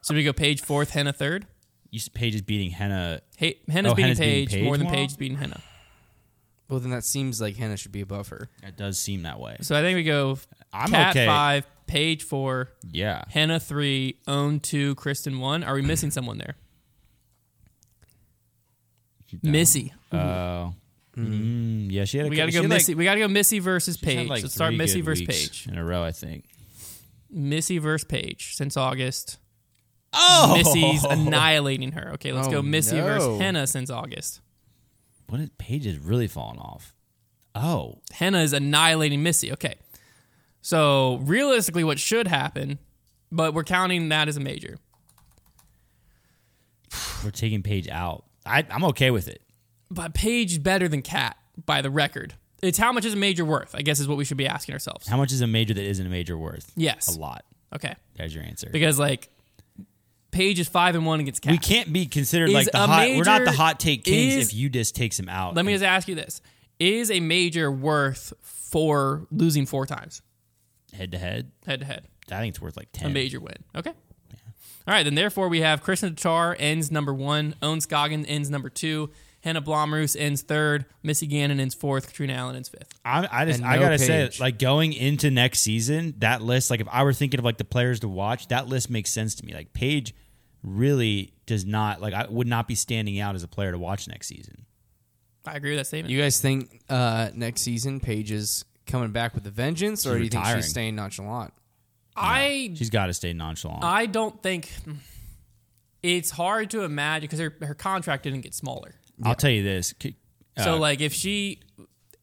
Speaker 1: So we go Paige fourth, Henna third.
Speaker 3: You, said Paige is beating Henna.
Speaker 1: Hey, Henna's
Speaker 3: Oh,
Speaker 1: beating
Speaker 3: Henna's beating
Speaker 1: Paige more
Speaker 3: Paige
Speaker 1: than
Speaker 3: more?
Speaker 1: Paige is beating Henna.
Speaker 2: Well, then that seems like Hannah should be above her.
Speaker 3: It does seem that way.
Speaker 1: So I think we go
Speaker 3: I'm
Speaker 1: Cat
Speaker 3: okay.
Speaker 1: five, Paige four,
Speaker 3: Yeah.
Speaker 1: Henna three, Own two, Kristen one. Are we missing someone there? Missy.
Speaker 3: Uh, mm, yeah, she had. A
Speaker 1: We gotta
Speaker 3: cou-
Speaker 1: go
Speaker 3: she had, like-
Speaker 1: Missy. we gotta go Missy versus
Speaker 3: she had,
Speaker 1: Paige.
Speaker 3: like,
Speaker 1: Let's start
Speaker 3: three
Speaker 1: Missy
Speaker 3: good
Speaker 1: versus
Speaker 3: weeks
Speaker 1: Paige.
Speaker 3: in a row. I think.
Speaker 1: Missy versus Paige since August.
Speaker 3: Oh,
Speaker 1: Missy's annihilating her. Okay, let's
Speaker 2: Oh,
Speaker 1: go Missy versus
Speaker 2: no.
Speaker 1: Henna since August.
Speaker 3: What is, Paige is really falling off. Oh,
Speaker 1: Henna is annihilating Missy. Okay. So realistically, what should happen, but we're counting that as a major.
Speaker 3: we're taking Paige out. I, I'm okay with it.
Speaker 1: But Paige is better than Cat by the record. It's how much is a major worth, I guess is what we should be asking ourselves.
Speaker 3: How much is a major that isn't a major worth?
Speaker 1: Yes.
Speaker 3: a lot.
Speaker 1: Okay.
Speaker 3: There's your answer.
Speaker 1: Because like Paige is five and one against Cat.
Speaker 3: we can't be considered
Speaker 1: Is
Speaker 3: like the
Speaker 1: a
Speaker 3: hot. We're not the
Speaker 1: major-
Speaker 3: hot take kings
Speaker 1: is-
Speaker 3: if you just takes him out.
Speaker 1: Let me
Speaker 3: And-
Speaker 1: just ask you this. Is a major worth for losing four times
Speaker 3: head to head.
Speaker 1: head to head?
Speaker 3: I think it's worth like
Speaker 1: A
Speaker 3: ten.
Speaker 1: major win. Okay. All right, then therefore we have Krishna Char ends number one, Owen Scoggin ends number two, Hannah Blomroos ends third, Missy Gannon ends fourth, Katrina Allen ends fifth.
Speaker 3: I, I just
Speaker 2: And
Speaker 3: I
Speaker 2: no
Speaker 3: gotta say,
Speaker 2: Paige.
Speaker 3: like going into next season, that list, like if I were thinking of like the players to watch, that list makes sense to me. Like Paige really does not like I would not be standing out as a player to watch next season.
Speaker 1: I agree with that statement.
Speaker 2: You guys think uh, next season Paige is coming back with a vengeance, or
Speaker 3: She's
Speaker 2: do you think
Speaker 3: retiring.
Speaker 2: she's staying nonchalant?
Speaker 1: I
Speaker 3: She's got to stay nonchalant.
Speaker 1: I don't think hmm, it's hard to imagine because her, her contract didn't get smaller.
Speaker 3: I'll tell you this. c- uh,
Speaker 1: So like if she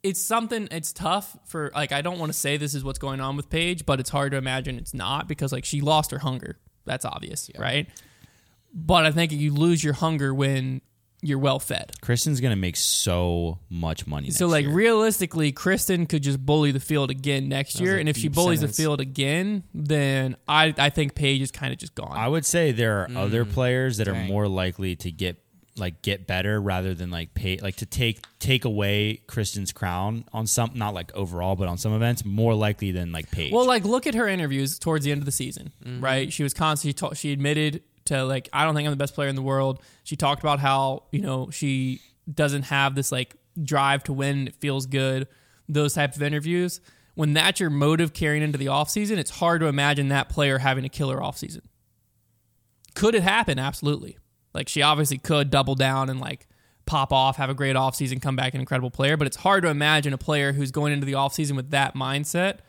Speaker 1: it's something it's tough for like I don't want to say this is what's going on with Paige, but it's hard to imagine it's not because like she lost her hunger. That's obvious, right? But I think you lose your hunger when you're well fed.
Speaker 3: Kristen's gonna make so much money.
Speaker 1: So
Speaker 3: next
Speaker 1: like
Speaker 3: year.
Speaker 1: realistically, Kristen could just bully the field again next year,
Speaker 2: a
Speaker 1: and if she
Speaker 2: deep
Speaker 1: bullies
Speaker 2: sentence.
Speaker 1: the field again, then I I think Paige is kind of just gone.
Speaker 3: I would say there are other players that are
Speaker 2: Mm, dang.
Speaker 3: more likely to get like get better rather than like pay like to take take away Kristen's crown on some not like overall but on some events more likely than like Paige.
Speaker 1: Well, like look at her interviews towards the end of the season, right? She was constantly she, ta- she admitted to like I don't think I'm the best player in the world. She talked about how you know she doesn't have this like drive to win. It feels good. Those types of interviews. When that's your motive carrying into the offseason, it's hard to imagine that player having a killer offseason. Could it happen? Absolutely. Like she obviously could double down and like pop off, have a great offseason, come back an incredible player, but it's hard to imagine a player who's going into the offseason with that mindset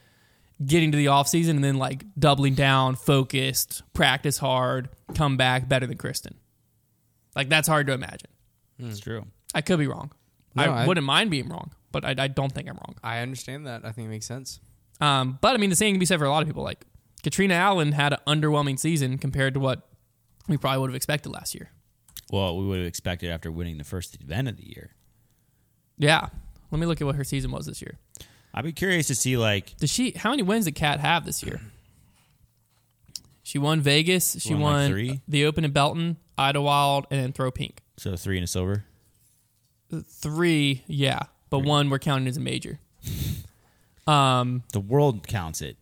Speaker 1: getting to the offseason and then like doubling down, focused, practice hard, come back better than Kristen. Like that's hard to imagine.
Speaker 2: Mm,
Speaker 3: it's true.
Speaker 1: I could be wrong.
Speaker 2: No,
Speaker 1: I,
Speaker 2: I-
Speaker 1: wouldn't mind being wrong, but I, I don't think I'm wrong.
Speaker 2: I understand that. I think it makes sense.
Speaker 1: Um, but I mean, the same can be said for a lot of people. Like Katrina Allen had an underwhelming season compared to what we probably would have expected last year.
Speaker 3: Well, we would have expected after winning the first event of the year.
Speaker 1: Yeah. Let me look at what her season was this year.
Speaker 3: I'd be curious to see like
Speaker 1: Does she? How many wins did Kat have this year? She won Vegas. She
Speaker 3: Won,
Speaker 1: won,
Speaker 3: like, three?
Speaker 1: the Open in Belton, Idlewild, and then Throw Pink.
Speaker 3: so three and a silver.
Speaker 1: three, yeah, but one we're counting as a major. Um,
Speaker 3: The world counts it.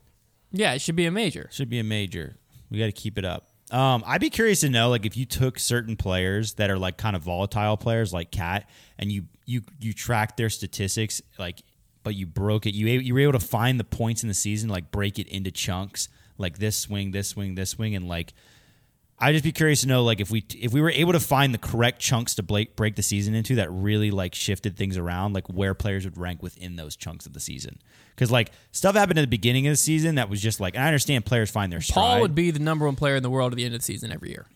Speaker 1: yeah, it should be a major.
Speaker 3: Should be a major. We got to keep it up. Um, I'd be curious to know, like, if you took certain players that are like kind of volatile players, like Cat, and you you you track their statistics, like, but you broke it. You a- you were able to find the points in the season, like, break it into chunks, like this swing, this swing, this swing, and like. I'd just be curious to know, like, if we if we were able to find the correct chunks to break break the season into that really like shifted things around, like where players would rank within those chunks of the season. Because like stuff happened at the beginning of the season that was just like, and I understand players find their stride.
Speaker 1: Paul would be the number one player in the world at the end of the season every year.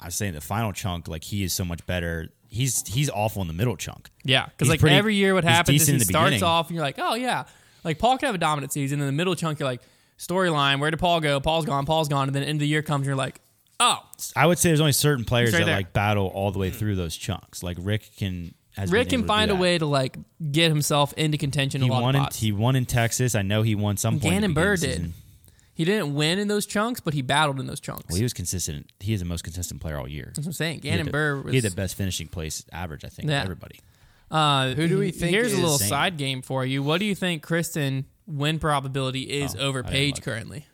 Speaker 3: I was saying the final chunk, like he is so much better. He's he's awful in the middle chunk.
Speaker 1: Yeah, because
Speaker 3: He's
Speaker 1: like
Speaker 3: pretty-
Speaker 1: every year, what
Speaker 3: he's
Speaker 1: happens is
Speaker 3: decent
Speaker 1: he
Speaker 3: in the
Speaker 1: starts
Speaker 3: beginning.
Speaker 1: off and you're like, oh yeah, like Paul could have a dominant season. In the middle chunk, you're like, storyline. Where did Paul go? Paul's gone. Paul's gone. And then end of the year comes. And you're like, oh,
Speaker 3: I would say there's only certain players
Speaker 1: It's right
Speaker 3: that
Speaker 1: there. Mm.
Speaker 3: like battle all the way through those chunks. Like Rick can. Has
Speaker 1: Rick can
Speaker 3: been able to do
Speaker 1: find a
Speaker 3: that.
Speaker 1: way to like get himself into contention. in
Speaker 3: He
Speaker 1: a lot
Speaker 3: won.
Speaker 1: of
Speaker 3: In,
Speaker 1: pots.
Speaker 3: he won in Texas. I know he won some. point at the
Speaker 1: Gannon
Speaker 3: beginning
Speaker 1: Burr
Speaker 3: of the
Speaker 1: did.
Speaker 3: season.
Speaker 1: He didn't win in those chunks, but he battled in those chunks.
Speaker 3: Well, he was consistent. He is the most consistent player all year.
Speaker 1: That's what I'm saying.
Speaker 3: He had
Speaker 1: Gannon
Speaker 3: the-
Speaker 1: Burr was.
Speaker 3: he had the best finishing place average. I think of
Speaker 1: Yeah.
Speaker 3: everybody.
Speaker 1: Uh,
Speaker 2: Who do we think
Speaker 1: Here's a
Speaker 2: is-
Speaker 1: little
Speaker 3: Same.
Speaker 1: side game for you. What do you think Kristen win probability is
Speaker 3: Oh, I
Speaker 1: over
Speaker 3: didn't
Speaker 1: Paige
Speaker 3: look.
Speaker 1: currently?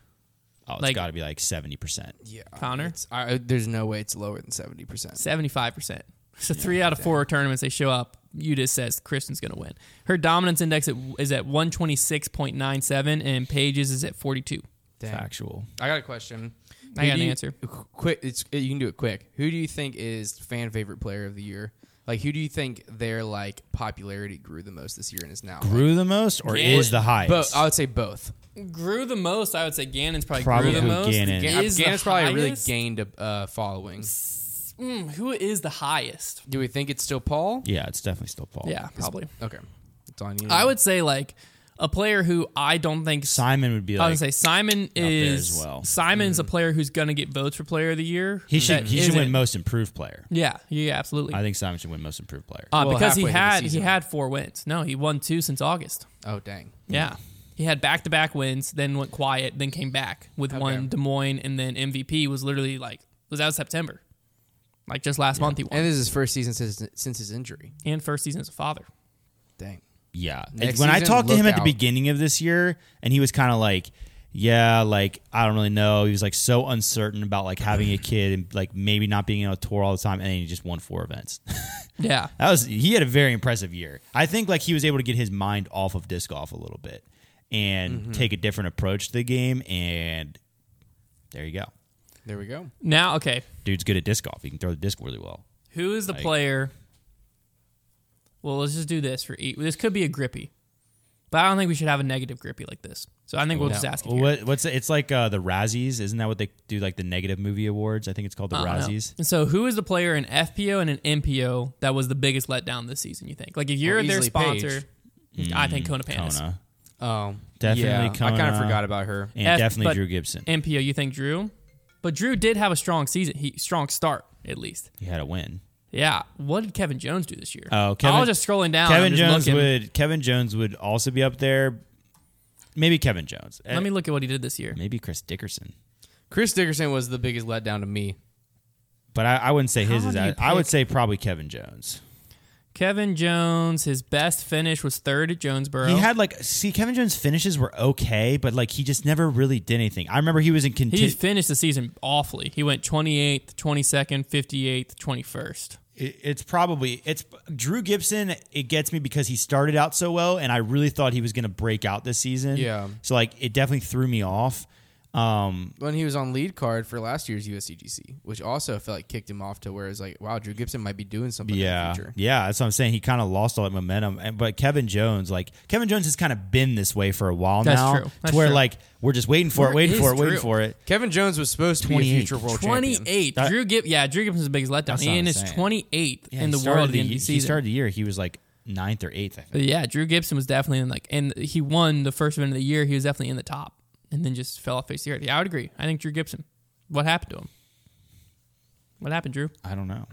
Speaker 3: Oh, it's
Speaker 1: Like-
Speaker 3: got to be like seventy percent.
Speaker 2: Yeah,
Speaker 1: Connor?
Speaker 2: it's- I, there's no way it's lower than seventy percent.
Speaker 1: Seventy five percent. So three out of four tournaments they show up. Udis says Kristen's going to win. Her dominance index at, is at one twenty six point nine seven, and Paige's is at forty two.
Speaker 3: Factual.
Speaker 2: I got a question.
Speaker 1: I
Speaker 2: Who
Speaker 1: got
Speaker 2: do
Speaker 1: an
Speaker 2: you-
Speaker 1: answer.
Speaker 2: qu- Quick, it's you can do it quick. Who do you think is fan favorite player of the year? Like, who do you think their like popularity grew the most this year and is now?
Speaker 3: Grew the most or
Speaker 1: Gannon-
Speaker 3: is the highest?
Speaker 2: Both. I would say both.
Speaker 1: Grew the most, I would say. Gannon's probably,
Speaker 3: Probably
Speaker 1: grew the most.
Speaker 3: Gannon.
Speaker 2: Gan-
Speaker 1: Is the
Speaker 2: Ganon's probably really
Speaker 1: highest?
Speaker 2: gained a uh, following.
Speaker 1: Mm, who is the highest?
Speaker 2: Do we think it's still Paul?
Speaker 3: yeah, it's definitely still Paul.
Speaker 1: Yeah, probably.
Speaker 2: Okay, it's on you.
Speaker 1: I would say like a player who I don't think.
Speaker 3: Simon would be
Speaker 1: I
Speaker 3: like
Speaker 1: was gonna say Simon
Speaker 3: there
Speaker 1: is
Speaker 3: as well.
Speaker 1: Simon's a
Speaker 2: Mm.
Speaker 1: player who's gonna get votes for player of the year.
Speaker 3: he should
Speaker 1: that
Speaker 3: he should win
Speaker 1: isn't-
Speaker 3: most improved player.
Speaker 1: Yeah, yeah, absolutely.
Speaker 3: I think Simon should win most improved player.
Speaker 1: uh,
Speaker 2: Well,
Speaker 1: because he
Speaker 2: halfway through the
Speaker 1: had he
Speaker 2: season.
Speaker 1: had four wins. No, he won two since August.
Speaker 2: Oh dang.
Speaker 1: Yeah, he had back to back wins, then went quiet, then came back with one Des Moines, and then MVP was literally like was out of September, like just last month he won,
Speaker 2: And
Speaker 1: and,
Speaker 2: this is his first season since since his injury.
Speaker 1: first season as a father.
Speaker 2: Dang.
Speaker 3: Yeah.
Speaker 2: Next
Speaker 3: when I
Speaker 2: season,
Speaker 3: talked to
Speaker 2: look
Speaker 3: him at the
Speaker 2: out.
Speaker 3: beginning of this year, and he was kind of like, yeah, like I don't really know. He was like so uncertain about like having a kid and like maybe not being on a tour all the time, and then he just won four events.
Speaker 1: Yeah,
Speaker 3: that was he had a very impressive year. I think like he was able to get his mind off of disc golf a little bit and
Speaker 1: Mm-hmm.
Speaker 3: take a different approach to the game, and there you go.
Speaker 2: There we go.
Speaker 1: now okay,
Speaker 3: Dude's good at disc golf. He can throw the disc really well.
Speaker 1: Who is the
Speaker 3: Like-
Speaker 1: player? Well, let's just do this for each. This could be a grippy, but I don't think we should have a negative grippy like this. So I think we'll just ask it. Here.
Speaker 3: What, what's it- it's like uh, the Razzies? Isn't that what they do? Like the negative movie awards? I think it's called the
Speaker 1: I don't know.
Speaker 3: Razzies.
Speaker 1: And so, who is the player in FPO and an MPO that was the biggest letdown this season? You think? Like, if you're
Speaker 2: Well,
Speaker 1: their
Speaker 2: easily
Speaker 1: sponsor, I think Kona Panis.
Speaker 3: Mm, Kona.
Speaker 2: Um,
Speaker 3: Definitely
Speaker 2: yeah, I kind
Speaker 3: Kona.
Speaker 2: of forgot about her.
Speaker 3: and
Speaker 1: F-
Speaker 3: definitely
Speaker 1: but-
Speaker 3: Drew Gibson.
Speaker 1: MPO, you think Drew? But Drew did have a strong season. He strong start at least.
Speaker 3: he had a win.
Speaker 1: Yeah. What did Kevin Jones do this year?
Speaker 3: Oh, Kevin-
Speaker 1: I was just scrolling down.
Speaker 3: Kevin
Speaker 1: I'm just
Speaker 3: Jones
Speaker 1: looking.
Speaker 3: would. Kevin Jones would also be up there. Maybe Kevin Jones. Eh,
Speaker 1: Let me look at what he did this year.
Speaker 3: Maybe Chris Dickerson.
Speaker 2: Chris Dickerson was the biggest letdown to me.
Speaker 3: But I, I wouldn't say his
Speaker 1: How
Speaker 3: is.
Speaker 1: do you
Speaker 3: At, I would
Speaker 1: pick-
Speaker 3: say probably Kevin Jones.
Speaker 1: Kevin Jones, his best finish was third at Jonesboro.
Speaker 3: He had like see Kevin Jones finishes were okay, but like he just never really did anything. I remember he was in
Speaker 1: He
Speaker 3: conti-
Speaker 1: finished the season awfully. He went 28th, 22nd, 58th, 21st.
Speaker 3: It- it's probably it's Drew Gibson. It gets me because he started out so well, and I really thought he was going to break out this season.
Speaker 2: Yeah.
Speaker 3: So like, it definitely threw me off. Um,
Speaker 2: when he was on lead card for last year's USCGC, which also I felt like kicked him off to where it's like, wow, Drew Gibson might be doing something in
Speaker 3: yeah,
Speaker 2: the future.
Speaker 3: yeah. That's what I'm saying. He kind of lost all that momentum. And but Kevin Jones, like Kevin Jones, has kind of been this way for a while
Speaker 1: That's
Speaker 3: now.
Speaker 1: true.
Speaker 3: To
Speaker 1: That's
Speaker 3: where
Speaker 1: true.
Speaker 3: like we're just waiting for
Speaker 1: Where
Speaker 3: it, waiting
Speaker 1: is
Speaker 3: for it,
Speaker 1: Drew?
Speaker 3: waiting for it.
Speaker 2: Kevin Jones was supposed to be a
Speaker 3: 28.
Speaker 2: future world champion.
Speaker 1: 28th.
Speaker 3: That-
Speaker 1: Drew Gib- yeah, Drew Gibson's the biggest letdown.
Speaker 3: That's
Speaker 1: He
Speaker 3: what
Speaker 1: in
Speaker 3: I'm
Speaker 1: his
Speaker 3: saying.
Speaker 1: 28th
Speaker 3: Yeah,
Speaker 1: in
Speaker 3: he
Speaker 1: the
Speaker 3: started
Speaker 1: world at the end of the
Speaker 3: ye-
Speaker 1: season.
Speaker 3: He started the year. He was like ninth or eighth, I think.
Speaker 1: But yeah, Drew Gibson was definitely in like, and he won the first event of the year. He was definitely in the top, and then just fell off face the earth. Yeah, I would agree. I think Drew Gibson. What happened to him? What happened, Drew?
Speaker 3: I don't know.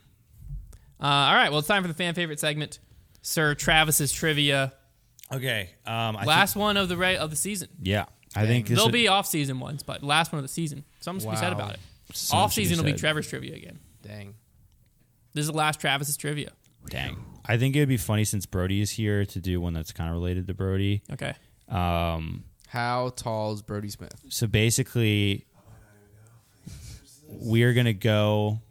Speaker 1: Uh, all right, well, it's time for the fan favorite segment, Sir Travis's trivia.
Speaker 3: Okay. Um, I
Speaker 1: Last one of the re- of the season.
Speaker 3: think- yeah, I think this
Speaker 1: There'll
Speaker 3: would-
Speaker 1: be off season ones, but last one of the season. Something to be said
Speaker 2: Wow.
Speaker 1: about it.
Speaker 3: Something
Speaker 1: Off
Speaker 3: to be
Speaker 1: season will be
Speaker 3: said.
Speaker 1: Trevor's trivia again.
Speaker 2: Dang.
Speaker 1: This is the last Travis's trivia.
Speaker 3: Dang. I think it would be funny since Brody is here to do one that's kind of related to Brody.
Speaker 1: Okay.
Speaker 3: Um,
Speaker 2: How tall is Brody Smith?
Speaker 3: so basically, we're going to go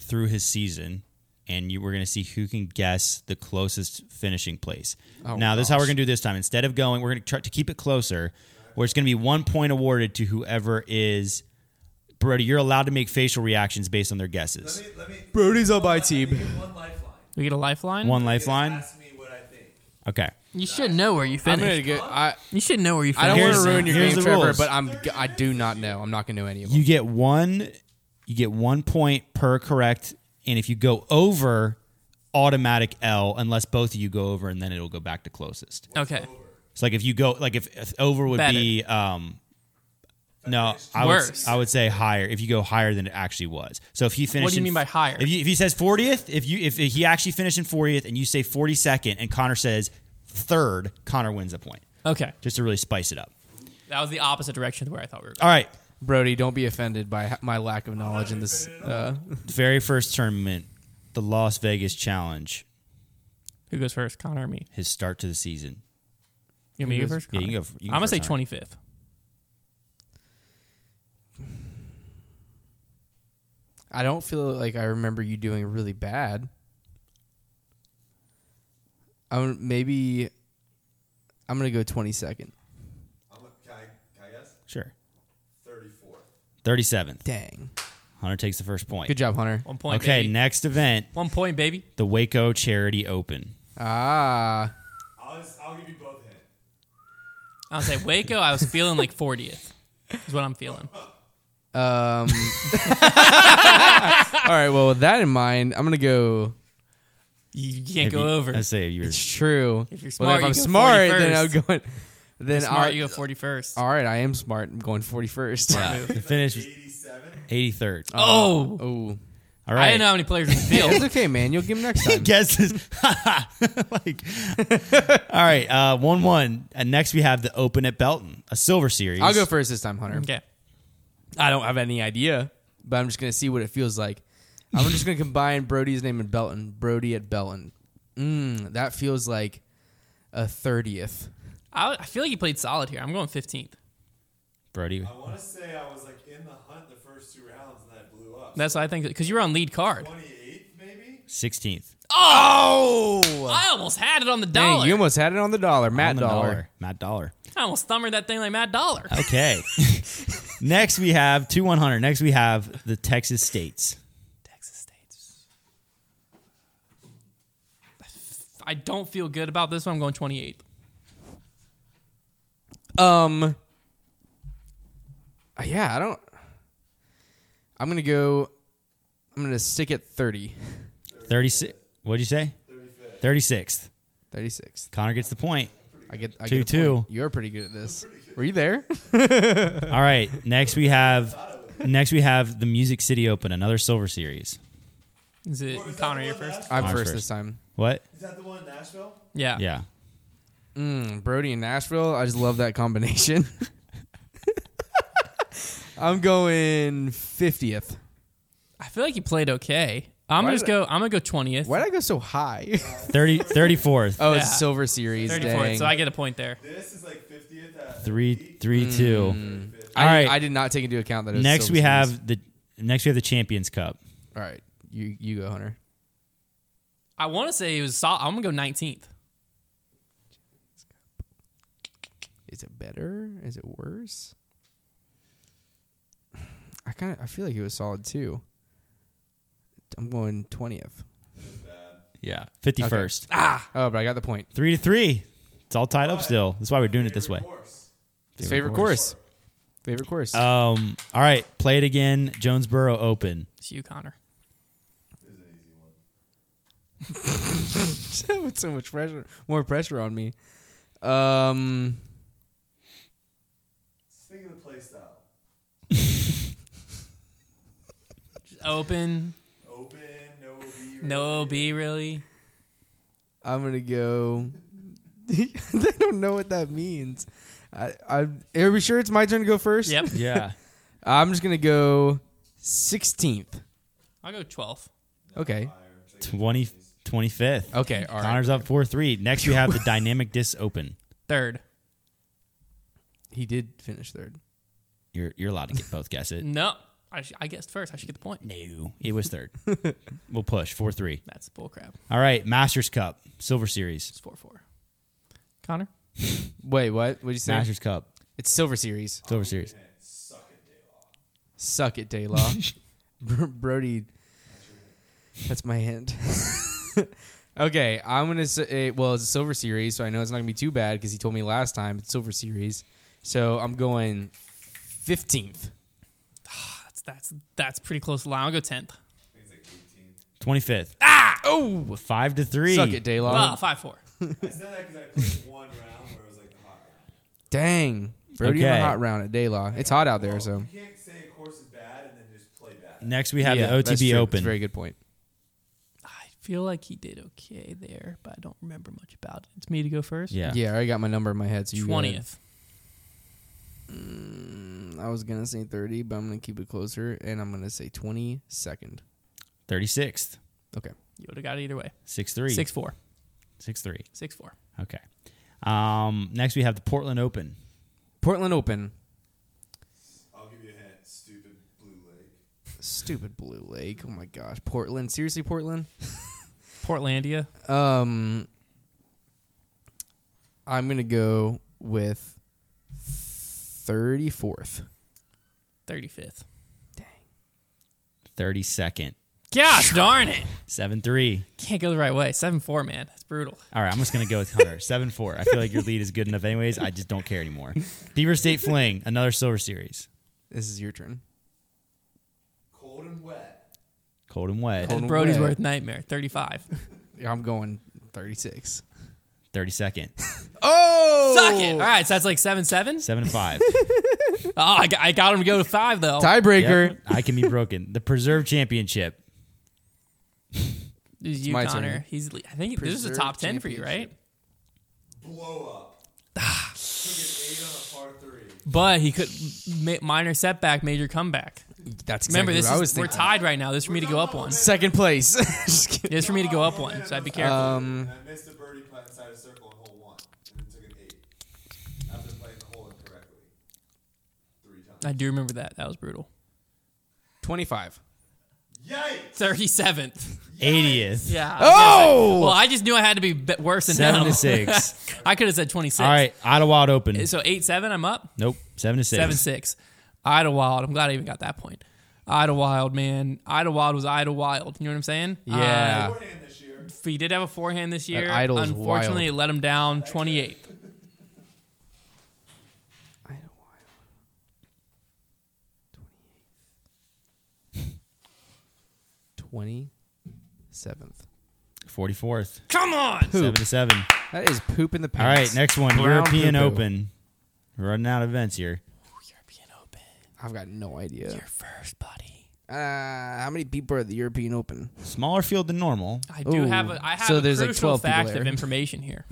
Speaker 3: through his season and you, we're going to see who can guess the closest finishing place.
Speaker 2: Oh,
Speaker 3: now, this is how we're
Speaker 2: gosh.
Speaker 3: going to do this time. Instead of going, we're going to try to keep it closer where it's going to be one point awarded to whoever is. Brody, you're allowed to make facial reactions based on their guesses.
Speaker 4: Let me, let me,
Speaker 2: Brody's on my
Speaker 4: let me
Speaker 2: team.
Speaker 4: give one lifeline.
Speaker 1: We get a lifeline.
Speaker 3: One
Speaker 4: You guys
Speaker 3: lifeline.
Speaker 4: Ask me what I think.
Speaker 3: Okay.
Speaker 1: You should know where you
Speaker 2: I'm
Speaker 1: finished.
Speaker 2: gonna get. I,
Speaker 1: you should know where you
Speaker 2: I
Speaker 1: finished.
Speaker 2: don't want to
Speaker 3: Here's-
Speaker 2: ruin your
Speaker 3: here's the
Speaker 2: game, Trevor,
Speaker 3: rules.
Speaker 2: but I'm. I do not know. I'm not gonna know any of them.
Speaker 3: You get one. You get one point per correct, and if you go over, automatic L. Unless both of you go over, and then it'll go back to closest.
Speaker 1: Okay.
Speaker 3: So like if you go, like if, if over would be um, No, I
Speaker 1: Worse.
Speaker 3: would I would say higher if you go higher than it actually was. So if he finished,
Speaker 1: you
Speaker 3: in-
Speaker 1: mean by higher?
Speaker 3: If, you, if he says fortieth, if you if he actually finished in fortieth, and you say forty second, and Connor says third, Connor wins a point
Speaker 1: Okay,
Speaker 3: just to really spice it up.
Speaker 1: that was the opposite direction of where I thought we were. Going.
Speaker 3: All right,
Speaker 2: Brody, don't be offended by ha- my lack of knowledge in this. Uh,
Speaker 3: very first tournament, the Las Vegas Challenge,
Speaker 1: Who goes first, Connor or me?
Speaker 3: his start to the season.
Speaker 1: You want me to go first?
Speaker 3: Yeah, you
Speaker 1: Connor?
Speaker 3: can go f- you can
Speaker 1: I'm gonna
Speaker 3: first,
Speaker 1: say
Speaker 3: Connor.
Speaker 1: 25th.
Speaker 2: I don't feel like I remember you doing really bad. I'm maybe. I'm gonna go twenty second.
Speaker 4: I'm gonna- Can I, can I guess?
Speaker 3: Sure,
Speaker 4: 34.
Speaker 3: thirty seventh.
Speaker 2: Dang.
Speaker 3: Hunter takes the first point.
Speaker 2: Good job, Hunter.
Speaker 1: One point.
Speaker 3: okay,
Speaker 1: baby.
Speaker 3: next event,
Speaker 1: One point, baby.
Speaker 3: the Waco Charity Open.
Speaker 2: Ah,
Speaker 4: I'll, just, I'll give you both a hint.
Speaker 1: I'll say Waco. I was feeling like 40th. Is what I'm feeling.
Speaker 2: Um, all right. Well, with that in mind, I'm gonna go.
Speaker 1: You can't
Speaker 3: If
Speaker 1: go
Speaker 3: you-
Speaker 1: over.
Speaker 3: I say you're
Speaker 2: It's true.
Speaker 1: If you're
Speaker 2: well,
Speaker 1: smart,
Speaker 2: if
Speaker 1: you
Speaker 2: I'm
Speaker 1: go
Speaker 2: smart, then
Speaker 1: 41st.
Speaker 2: I'm going. Then
Speaker 1: Smart,
Speaker 2: I'll,
Speaker 1: you go 41st.
Speaker 3: Uh,
Speaker 2: all right. I am smart. I'm going forty first.
Speaker 3: the finish was
Speaker 4: 87.
Speaker 3: eighty third. All
Speaker 1: oh,
Speaker 2: oh,
Speaker 1: I
Speaker 3: right,
Speaker 1: didn't know how many players in the field.
Speaker 2: it's okay, man. You'll give him next time.
Speaker 3: guesses. like, all right, uh, one one. And next we have the Open at Belton, a silver series.
Speaker 2: I'll go first this time, Hunter.
Speaker 1: okay.
Speaker 2: I don't have any idea, but I'm just gonna see what it feels like. I'm just gonna combine Brody's name and Belton. Brody at Belton. Mm, that feels like a thirtieth.
Speaker 1: I, I feel like you played solid here. I'm going 15th.
Speaker 3: Brody.
Speaker 4: I want to say I was like in the hunt the first two rounds and then I blew up.
Speaker 1: That's what I think because you were on lead card.
Speaker 4: 28th, maybe?
Speaker 3: Sixteenth.
Speaker 2: Oh,
Speaker 1: I almost had it on the dollar.
Speaker 2: dang! You almost had it on the dollar, Matt dollar.
Speaker 3: Matt Dollar.
Speaker 1: I almost thumbered that thing like Matt Dollar.
Speaker 2: Uh,
Speaker 3: Okay. Next we have two one hundred. Next we have the Texas States.
Speaker 1: Texas State's. I don't feel good about this one. I'm going 28th.
Speaker 2: Um. uh, Yeah, I don't. I'm gonna go. I'm gonna stick at 30,
Speaker 3: Thirty six. What'd you say? Thirty sixth.
Speaker 2: 36.
Speaker 3: Connor gets the point.
Speaker 2: I get. I
Speaker 3: Two,
Speaker 2: get a point.
Speaker 3: two.
Speaker 2: You're pretty good at this. Were you there?
Speaker 3: All right. Next we have. Next we have the Music City Open, another silver series.
Speaker 1: Is it
Speaker 4: What, is that
Speaker 1: Connor?
Speaker 4: the
Speaker 1: You're
Speaker 4: one
Speaker 1: first.
Speaker 4: last-
Speaker 2: I'm
Speaker 3: I'm
Speaker 2: first
Speaker 3: first.
Speaker 2: this time.
Speaker 3: What?
Speaker 4: Is that the one in Nashville?
Speaker 2: Uh,
Speaker 1: Yeah.
Speaker 3: Yeah.
Speaker 2: Mm, Brody and Nashville. I just love that combination. I'm going 50th.
Speaker 1: I feel like you played okay. I'm
Speaker 2: Why
Speaker 1: gonna just
Speaker 2: did
Speaker 1: go. I'm gonna go 20th.
Speaker 2: Why did I go so high?
Speaker 3: 30, 34th.
Speaker 2: oh,
Speaker 1: Yeah.
Speaker 2: it's Silver Series.
Speaker 1: 34th.
Speaker 2: dang.
Speaker 1: So I get a point there.
Speaker 4: This is like 50th at
Speaker 3: Three,
Speaker 4: eight.
Speaker 3: three, two.
Speaker 2: I,
Speaker 3: All
Speaker 2: did-
Speaker 3: right.
Speaker 2: I did not take into account that. It was
Speaker 3: Next
Speaker 2: Mm, Silver
Speaker 3: we
Speaker 2: Series.
Speaker 3: have the next we have the Champions Cup.
Speaker 2: All right, you you go, Hunter.
Speaker 1: I want to say it was. Sol- I'm gonna go 19th.
Speaker 2: Is it better? Is it worse? I kind of I feel like it was solid too. I'm going 20th.
Speaker 3: Yeah, fifty first.
Speaker 2: Oh, but I got the point.
Speaker 3: Three to three. It's all tied up still. That's why we're doing it this way.
Speaker 4: Course.
Speaker 2: Favorite, course. Favorite
Speaker 1: Uh,
Speaker 2: course.
Speaker 3: Um. All right. Play it again. Jonesboro Open.
Speaker 1: It's you, Connor.
Speaker 2: Put so much pressure, more pressure on me. Um,
Speaker 4: Think of the play style.
Speaker 1: Open.
Speaker 4: Open, no OB.
Speaker 1: No OB really.
Speaker 2: I'm gonna go. I don't know what that means. I, I are we sure it's my turn to go first?
Speaker 1: Yep.
Speaker 3: Yeah.
Speaker 2: I'm just gonna go 16th.
Speaker 1: I'll go 12th.
Speaker 2: Okay.
Speaker 3: 20, 25th.
Speaker 2: Okay. Oh, All right.
Speaker 3: Connor's up four three. Next we have the Dynamic Disc Open.
Speaker 1: Third.
Speaker 2: He did finish third.
Speaker 3: You're you're allowed to get both guess it.
Speaker 1: No. I, sh- I guessed first. I should get the point.
Speaker 3: No, it was third. we'll push four three.
Speaker 1: That's bullcrap.
Speaker 3: All right. Masters Cup Silver Series.
Speaker 1: It's 4 4. Connor?
Speaker 2: Wait, what? What did you say?
Speaker 3: Masters Cup
Speaker 2: It's Silver Series.
Speaker 3: Silver Series.
Speaker 2: Suck it, Daylaw. Bro- Brody. That's my hint. okay, I'm gonna say. eh, Well, it's a Silver Series, so I know it's not gonna be too bad because he told me last time it's Silver Series. So I'm going fifteenth.
Speaker 1: That's that's that's pretty close to the line. I'll go 10th.
Speaker 3: Twenty fifth.
Speaker 2: Oh,
Speaker 3: Five to three.
Speaker 2: suck it, Daylaw.
Speaker 1: Well, 5 4.
Speaker 4: I said that because I played one round where it was like the hot round.
Speaker 2: Dang. Brody in
Speaker 3: Okay.
Speaker 2: the hot round at Daylaw. It's hot out there, so
Speaker 4: You can't say a course is bad and then just play bad.
Speaker 3: Next, we have
Speaker 2: Yeah,
Speaker 3: the
Speaker 2: that's true.
Speaker 3: OTB
Speaker 2: That's
Speaker 3: Open.
Speaker 2: a very good point.
Speaker 1: I feel like he did okay there, but I don't remember much about it. It's me to go first.
Speaker 3: yeah.
Speaker 2: Yeah. I already got my number in my head. So you go ahead.
Speaker 1: twentieth.
Speaker 2: Mm, I was gonna say thirty, but I'm gonna keep it closer, and I'm gonna say twenty second.
Speaker 3: 36th.
Speaker 2: Okay.
Speaker 1: You would have got it either way.
Speaker 3: 6-3.
Speaker 1: Six four.
Speaker 3: 6-3.
Speaker 1: Six four.
Speaker 3: Okay. Um, next, we have the Portland Open.
Speaker 2: Portland Open.
Speaker 4: I'll give you a hint. Stupid blue lake.
Speaker 2: Stupid Blue Lake. Oh my gosh, Portland. Seriously, Portland.
Speaker 1: Portlandia.
Speaker 2: Um, I'm gonna go with thirty fourth.
Speaker 1: Thirty fifth.
Speaker 3: 32nd.
Speaker 1: Gosh darn it.
Speaker 3: 7-3.
Speaker 1: Can't go the right way. Seven four, man. That's brutal.
Speaker 3: All right, I'm just gonna go with Hunter. Seven four. I feel like your lead is good enough, anyways. I just don't care anymore. Beaver State Fling, another Silver Series.
Speaker 2: This is your turn.
Speaker 4: Cold and wet.
Speaker 3: Cold and wet.
Speaker 2: Cold.
Speaker 1: And Brody's
Speaker 2: way.
Speaker 1: worth nightmare. Thirty five.
Speaker 2: I'm going thirty six.
Speaker 3: Thirty second.
Speaker 2: Oh,
Speaker 1: Suck it. All right, so that's like seven seven.
Speaker 3: Seven and five.
Speaker 1: Oh, I got, I got him to go to five though.
Speaker 2: tiebreaker.
Speaker 3: Yep, I can be broken. The Preserve Championship.
Speaker 1: This is you,
Speaker 2: my
Speaker 1: Connor.
Speaker 2: turn.
Speaker 1: He's. le- I think this is a
Speaker 2: Preserve
Speaker 1: top ten for you, right?
Speaker 2: championship.
Speaker 4: Blow up. Took an eight on a par three.
Speaker 1: But he could ma- minor setback, major comeback.
Speaker 2: That's exactly
Speaker 1: Remember, this
Speaker 2: what I was
Speaker 1: is we're
Speaker 2: thinking.
Speaker 1: tied right now. This is for me to go up one.
Speaker 2: Second place. Just kidding.
Speaker 1: This is for me to go up one. So I'd be careful.
Speaker 2: um,
Speaker 4: And I missed a birdie putt inside a circle in hole one, and then took an eight after playing the hole incorrectly three times.
Speaker 1: I do remember that. That was brutal.
Speaker 2: twenty five.
Speaker 4: Yikes!
Speaker 1: Thirty seventh.
Speaker 3: Eightieth.
Speaker 1: Yeah.
Speaker 2: Oh!
Speaker 1: Well, I just knew I had to be be- worse than
Speaker 3: Seven
Speaker 1: him.
Speaker 3: to six.
Speaker 1: I could have said twenty six.
Speaker 3: All right, Ottawa Open.
Speaker 1: So eight seven. I'm up.
Speaker 3: Nope. Seven to six.
Speaker 1: Seven six. Idlewild. I'm glad I even got that point. Idlewild, man. Idlewild was Idlewild. You know what I'm saying?
Speaker 2: Yeah.
Speaker 1: Uh,
Speaker 4: Forehand this year.
Speaker 1: if he did have a forehand this year.
Speaker 2: idle is
Speaker 1: Unfortunately,
Speaker 2: wild.
Speaker 1: it let him down 28th.
Speaker 2: Twenty seventh.
Speaker 3: Forty fourth.
Speaker 1: Come on.
Speaker 3: Seven to seven.
Speaker 2: That is poop in the
Speaker 3: All right,
Speaker 2: pants.
Speaker 3: next one.
Speaker 2: Brown
Speaker 3: European
Speaker 2: poo-poo.
Speaker 3: Open. We're running out of events here.
Speaker 1: European Open.
Speaker 2: I've got no idea.
Speaker 1: You're first, buddy.
Speaker 2: Uh, how many people are at the European Open?
Speaker 3: Smaller field than normal.
Speaker 1: I do
Speaker 2: Ooh.
Speaker 1: have a I have
Speaker 2: So
Speaker 1: a
Speaker 2: there's, like,
Speaker 1: crucial
Speaker 2: 12 people
Speaker 1: fact
Speaker 2: there.
Speaker 1: of information here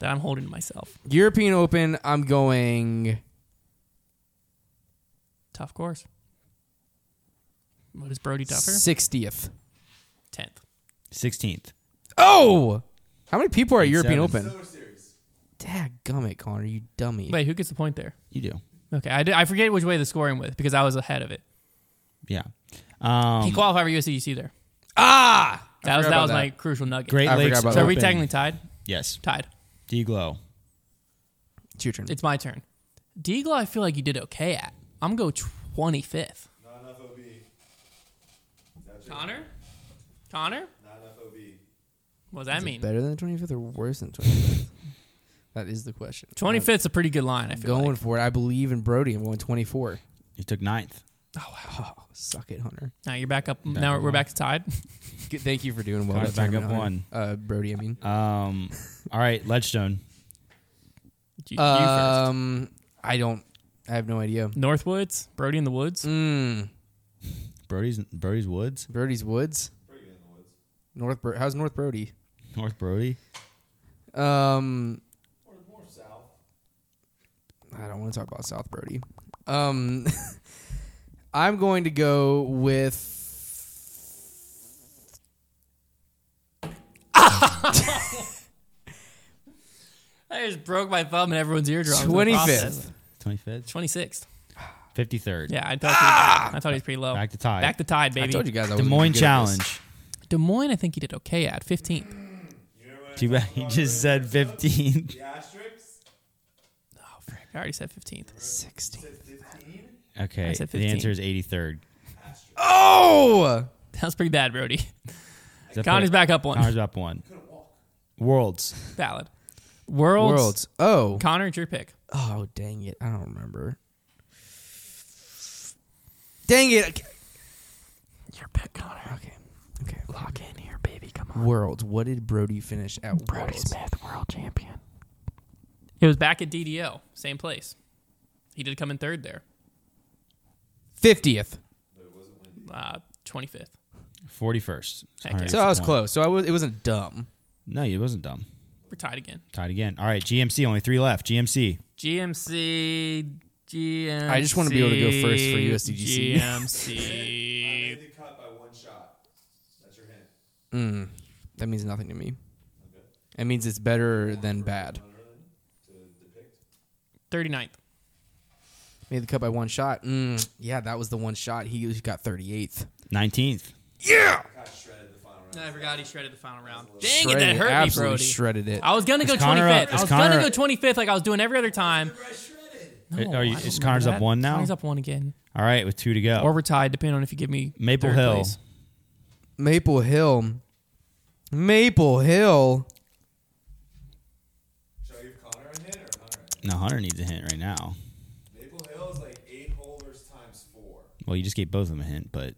Speaker 1: that I'm holding to myself.
Speaker 2: European Open. I'm going.
Speaker 1: Tough course. What is Brody tougher?
Speaker 2: Sixtieth.
Speaker 1: Tenth.
Speaker 3: Sixteenth.
Speaker 2: Oh, how many people are at
Speaker 3: And
Speaker 2: European
Speaker 3: seven.
Speaker 2: Open?
Speaker 4: Silver Series.
Speaker 2: Dadgummit, Connor, you dummy.
Speaker 1: Wait, who gets the point there?
Speaker 3: You do.
Speaker 1: Okay, I, did, I forget which way the scoring was because I was ahead of it.
Speaker 3: Yeah. Um,
Speaker 1: he qualified for USDC there.
Speaker 2: Ah,
Speaker 1: That was
Speaker 2: forgot
Speaker 1: that
Speaker 2: about
Speaker 1: was
Speaker 2: that.
Speaker 1: my crucial nugget.
Speaker 3: Great
Speaker 2: I forgot
Speaker 3: Lakes.
Speaker 2: about
Speaker 1: So are
Speaker 2: that.
Speaker 1: we
Speaker 3: Open.
Speaker 1: technically tied?
Speaker 3: Yes.
Speaker 1: Tied.
Speaker 3: D-Glow.
Speaker 2: it's your turn.
Speaker 1: It's my turn. Deagle, I feel like you did okay at. I'm gonna go twenty fifth.
Speaker 4: Not enough OB. That's it.
Speaker 1: Connor, Connor,
Speaker 4: Not enough OB.
Speaker 1: what does that
Speaker 2: Is it
Speaker 1: mean?
Speaker 2: better than twenty fifth or worse than twenty fifth? that is the question.
Speaker 1: Twenty fifth's a pretty good line. I
Speaker 2: I'm
Speaker 1: feel
Speaker 2: going
Speaker 1: like.
Speaker 2: for it. I believe in Brody. I'm going twenty four.
Speaker 3: You took ninth.
Speaker 2: Oh, suck it, Hunter.
Speaker 1: Now you're back up.
Speaker 3: Back
Speaker 1: now
Speaker 3: up
Speaker 1: we're
Speaker 3: one.
Speaker 1: back to tied.
Speaker 2: Good- Thank you for doing well.
Speaker 3: Caught
Speaker 2: that
Speaker 3: it back
Speaker 2: tournament,
Speaker 3: up
Speaker 2: Hunter. Uh, Brody, I mean.
Speaker 3: Um, all right, Ledgestone.
Speaker 1: You, you first.
Speaker 2: Um, I don't. I have no idea.
Speaker 1: Northwoods, Brody in the woods.
Speaker 2: Mm,
Speaker 3: Brody's Brody's Woods.
Speaker 2: Brody's Woods.
Speaker 4: Pretty good in the woods.
Speaker 2: North. Bro- How's North Brody?
Speaker 3: North Brody.
Speaker 2: Um,
Speaker 4: Or more south.
Speaker 2: I don't want to talk about South Brody. Um, I'm going to go with.
Speaker 1: I just broke my thumb and everyone's eardrum.
Speaker 2: 25th.
Speaker 3: Twenty fifth.
Speaker 1: Twenty sixth.
Speaker 3: Fifty third.
Speaker 1: Yeah, I thought he, I thought he was pretty low.
Speaker 3: Back to tie.
Speaker 1: Back to tied,
Speaker 2: I
Speaker 1: baby.
Speaker 2: told you guys I was
Speaker 3: Des Moines Challenge.
Speaker 1: Des Moines, I think he did okay at 15th.
Speaker 4: You know what?
Speaker 3: Too bad he just said fifteenth.
Speaker 4: The asterisks
Speaker 1: Oh, frick. I already said 15th.
Speaker 2: Sixteen.
Speaker 4: said 15.
Speaker 3: Okay.
Speaker 1: said
Speaker 3: The
Speaker 1: 15.
Speaker 3: answer is eighty third.
Speaker 2: Oh,
Speaker 1: That was pretty bad, Brody. Connor's back up one.
Speaker 3: Connor's up one. Worlds.
Speaker 1: Valid. Worlds.
Speaker 2: worlds. Oh,
Speaker 1: Connor, it's your pick.
Speaker 2: oh, dang it! I don't remember. Dang it!
Speaker 1: Your pick, Connor.
Speaker 2: Okay, okay.
Speaker 1: Lock in here, baby. Come
Speaker 2: Worlds. What did Brody finish at?
Speaker 1: Brody
Speaker 2: Worlds?
Speaker 1: Smith, world champion. It was back at DDL, same place. He did come in third there,
Speaker 2: Fiftieth.
Speaker 1: uh, 25th.
Speaker 3: Forty first.
Speaker 1: Heck yeah.
Speaker 2: So I was close. So I was. It wasn't dumb.
Speaker 3: No, you wasn't dumb.
Speaker 1: We're tied again.
Speaker 3: Tied again. All right, GMC only three left. GMC.
Speaker 1: GMC. GMC.
Speaker 2: I just wanna be able to go first for USDGC.
Speaker 4: I made
Speaker 1: GMC.
Speaker 4: the cut by one shot. That's your hint.
Speaker 2: That means nothing to me. It means it's better than bad.
Speaker 1: 39th.
Speaker 2: Made the cut by one shot. Mm, yeah, that was the one shot. He he got 38th.
Speaker 3: Nineteenth.
Speaker 4: Got shredded the final round.
Speaker 1: I forgot he shredded the final round. Dang it, that
Speaker 2: Shredded
Speaker 1: hurt me,
Speaker 2: absolutely
Speaker 1: Brody.
Speaker 2: shredded it.
Speaker 1: I was gonna go
Speaker 3: Is Connor
Speaker 1: 25th.
Speaker 3: up?
Speaker 1: I
Speaker 3: Is
Speaker 1: was
Speaker 3: Connor-
Speaker 1: gonna go 25th like I was doing every other time.
Speaker 3: Are you,
Speaker 1: I don't
Speaker 3: is Connors
Speaker 1: remember
Speaker 3: up
Speaker 1: that.
Speaker 3: one now?
Speaker 1: Connor's up one again,
Speaker 3: All right, with two to go.
Speaker 1: or we're tied, depending on if you give me
Speaker 3: Maple
Speaker 1: third
Speaker 3: Hill.
Speaker 1: place.
Speaker 2: Maple Hill. Maple Hill.
Speaker 4: Should I give Connor a hint or Hunter?
Speaker 3: no, Hunter needs a hint right now.
Speaker 4: Maple Hill is like eight holders times four.
Speaker 3: Well, you just gave both of them a hint, but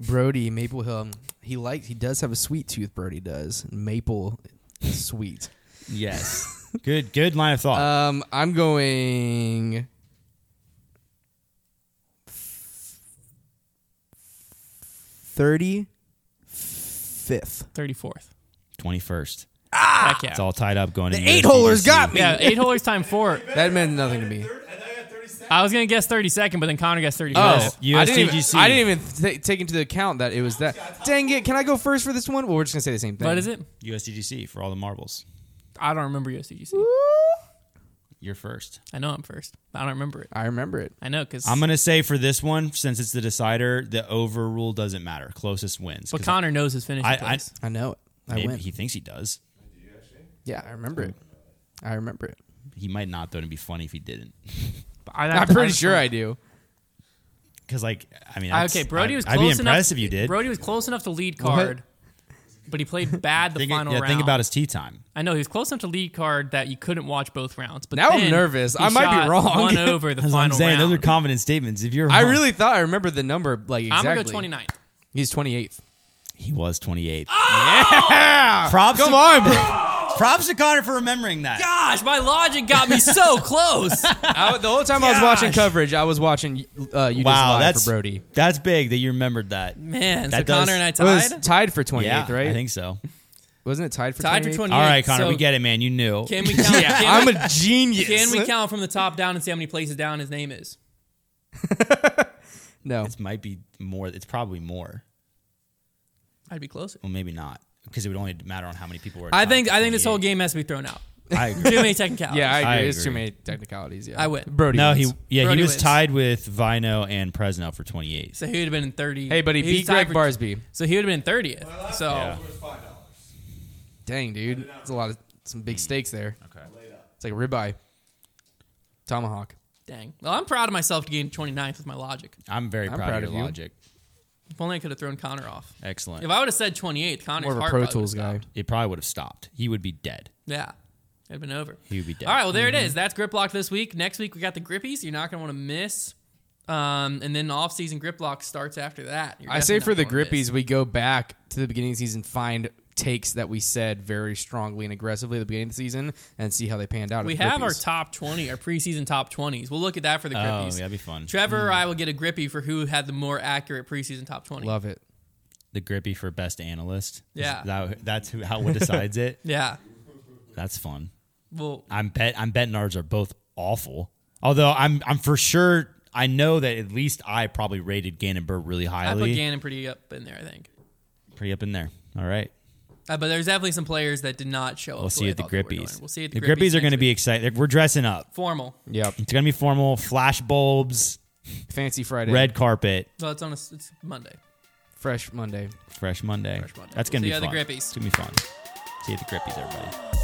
Speaker 2: Brody Maple Hill. He likes. He does have a sweet tooth. Brody does. Maple sweet.
Speaker 3: yes, good, good line of thought.
Speaker 2: Um, I'm going. Thirty fifth.
Speaker 1: 34th.
Speaker 3: Twenty first.
Speaker 1: Ah,
Speaker 3: It's all tied up going. The
Speaker 2: eight holers got me.
Speaker 1: yeah, eight holders time four.
Speaker 2: That meant nothing to me.
Speaker 4: And I got 30 seconds.
Speaker 1: I was gonna guess 32nd, but then Connor guessed 35th.
Speaker 3: Oh.
Speaker 2: I didn't even,
Speaker 3: USDGC.
Speaker 2: I didn't even th- take into account that it was that. Dang it! Can I go first for this one? Well, we're just gonna say the same thing.
Speaker 1: What is it?
Speaker 3: USDGC for all the marbles.
Speaker 1: I don't remember USDGC.
Speaker 3: You're first.
Speaker 1: I know I'm first. but I don't remember it.
Speaker 2: I remember it.
Speaker 1: I know because
Speaker 3: I'm gonna say for this one, since it's the decider, the overrule doesn't matter. Closest wins.
Speaker 1: but
Speaker 3: 'Cause
Speaker 1: Connor knows his finishing
Speaker 3: I- I-
Speaker 1: place.
Speaker 2: I know it. I
Speaker 3: maybe
Speaker 2: win.
Speaker 3: he thinks he does.
Speaker 2: yeah, I remember it. I remember it.
Speaker 3: He might not though. It'd be funny if he didn't.
Speaker 1: But I,
Speaker 2: I'm pretty sure I do.
Speaker 3: Because like, I mean,
Speaker 1: I,
Speaker 3: that's-
Speaker 1: okay, Brody
Speaker 3: I'd-
Speaker 1: was.
Speaker 3: I'd
Speaker 1: close
Speaker 3: be impressed
Speaker 1: enough,
Speaker 3: if you did.
Speaker 1: Brody was close enough to lead card, but he played bad the
Speaker 3: think,
Speaker 1: final
Speaker 3: yeah,
Speaker 1: round.
Speaker 3: think about his tea time.
Speaker 1: I know he was close enough to lead card that you couldn't watch both rounds. But
Speaker 2: Now I'm
Speaker 1: then
Speaker 2: nervous.
Speaker 1: he
Speaker 2: I might be
Speaker 1: shot
Speaker 2: wrong.
Speaker 1: One over the
Speaker 3: That's what I'm
Speaker 1: final
Speaker 3: saying.
Speaker 1: round.
Speaker 3: Those are confident statements. If you're,
Speaker 2: I
Speaker 3: wrong-
Speaker 2: really thought I remembered the number like
Speaker 1: I'm
Speaker 2: exactly.
Speaker 1: gonna go 29th.
Speaker 2: He's 28th.
Speaker 3: he was 28.
Speaker 1: Ah!
Speaker 3: Yeah, props.
Speaker 2: Come
Speaker 3: to,
Speaker 2: on, bro.
Speaker 3: props to Connor for remembering that.
Speaker 1: Gosh, my logic got me so close.
Speaker 2: I, the whole time I was watching
Speaker 3: Gosh.
Speaker 2: coverage, I was watching uh, you just
Speaker 3: wow,
Speaker 2: live
Speaker 3: that's
Speaker 2: for Brody.
Speaker 3: That's big that you remembered that.
Speaker 1: Man, so
Speaker 3: That does-
Speaker 1: Connor and I
Speaker 2: It was
Speaker 1: tied.
Speaker 2: tied for 28th,
Speaker 3: yeah,
Speaker 2: right?
Speaker 3: I think so.
Speaker 2: Wasn't it tied for
Speaker 1: Tied for
Speaker 2: 28th?
Speaker 1: 28th.
Speaker 3: All right, Connor,
Speaker 1: so
Speaker 3: we get it, man. You knew.
Speaker 1: Can we count? can,
Speaker 2: I'm
Speaker 1: we,
Speaker 2: a genius.
Speaker 1: can we count from the top down and see how many places down his name is?
Speaker 2: No.
Speaker 3: It might be more. It's probably more.
Speaker 1: I'd be closer.
Speaker 3: Well, maybe not because it would only matter on how many people were.
Speaker 1: I
Speaker 3: tied
Speaker 1: think
Speaker 3: for
Speaker 1: I think this whole
Speaker 3: 28.
Speaker 1: game has to be thrown out.
Speaker 3: I agree.
Speaker 1: Too many technicalities.
Speaker 2: Yeah, I agree.
Speaker 3: I
Speaker 2: It's too
Speaker 3: agree.
Speaker 2: many technicalities. Yeah,
Speaker 1: I win.
Speaker 2: Brody.
Speaker 3: no, he
Speaker 2: wins.
Speaker 3: yeah
Speaker 1: Brody
Speaker 3: he was
Speaker 1: wins.
Speaker 3: tied with Vino and Presno for 28.
Speaker 1: So he would have been in 30.
Speaker 2: Hey, buddy,
Speaker 1: he was
Speaker 2: beat
Speaker 1: tied
Speaker 2: Greg
Speaker 1: for-
Speaker 2: Barsby.
Speaker 1: So he would have been 30th. So
Speaker 3: Yeah.
Speaker 4: It was five dollars.
Speaker 2: Dang, dude, it's a lot of some big stakes there.
Speaker 3: Okay.
Speaker 2: It's like a ribeye, tomahawk.
Speaker 1: dang. Well, I'm proud of myself to gain 29th with my logic.
Speaker 3: I'm very
Speaker 2: I'm
Speaker 3: proud,
Speaker 2: proud
Speaker 3: of
Speaker 2: of
Speaker 3: your
Speaker 2: you.
Speaker 3: logic.
Speaker 1: If only I could have thrown Connor off.
Speaker 3: Excellent.
Speaker 1: If I would have said 28th, Connor's
Speaker 2: More of a
Speaker 1: heart
Speaker 2: Pro
Speaker 1: probably
Speaker 2: Tools
Speaker 1: would've
Speaker 2: guy.
Speaker 1: stopped.
Speaker 3: it probably would have stopped. He would be dead.
Speaker 1: Yeah. It'd been over.
Speaker 3: He would be dead. Mm-hmm.
Speaker 1: All right, well there it is. That's grip lock this week. Next week we got the grippies. You're not gonna want to miss. Um, and then the off season grip lock starts after that. You're
Speaker 2: I say
Speaker 1: definitely
Speaker 2: for
Speaker 1: not
Speaker 2: the
Speaker 1: gonna wanna miss.
Speaker 2: grippies, we go back to the beginning of the season, find takes that we said very strongly and aggressively at the beginning of the season, and see how they panned out. at
Speaker 1: We
Speaker 2: the
Speaker 1: have our
Speaker 2: grippies.
Speaker 1: top 20, our preseason top 20s. We'll look at that for the
Speaker 3: Oh,
Speaker 1: grippies.
Speaker 3: that'd be fun. Mm.
Speaker 1: Trevor or I will get a grippy for who had the more accurate preseason top 20.
Speaker 2: Love it.
Speaker 3: The grippy for best analyst.
Speaker 1: Yeah.
Speaker 3: That- that's who, how what decides it.
Speaker 1: Yeah.
Speaker 3: That's fun.
Speaker 1: Well,
Speaker 3: I'm bet I'm betting ours are both awful. Although I'm I'm for sure I know that at least I probably rated Gannonburg really
Speaker 1: I put
Speaker 3: highly.
Speaker 1: Gannon pretty up in there, I think.
Speaker 3: Pretty up in there. All right.
Speaker 1: Uh, but there's definitely some players that did not show up.
Speaker 3: We'll
Speaker 1: the
Speaker 3: see
Speaker 1: way I
Speaker 3: at the
Speaker 1: thought they were
Speaker 3: grippies.
Speaker 1: doing. We'll see at
Speaker 3: the
Speaker 1: the,
Speaker 3: grippies are
Speaker 1: next
Speaker 3: going to
Speaker 1: week.
Speaker 3: be excited. We're dressing up.
Speaker 1: formal.
Speaker 2: Yep.
Speaker 3: It's going to be formal. Flash bulbs,
Speaker 2: Fancy Friday.
Speaker 3: red carpet,
Speaker 1: Well, it's on a, s- it's Monday.
Speaker 2: Fresh Monday.
Speaker 3: fresh Monday.
Speaker 1: Monday.
Speaker 3: That's going to
Speaker 1: See
Speaker 3: be
Speaker 1: you at the
Speaker 3: fun.
Speaker 1: grippies.
Speaker 3: It's going to be fun. See you at the grippies, everybody.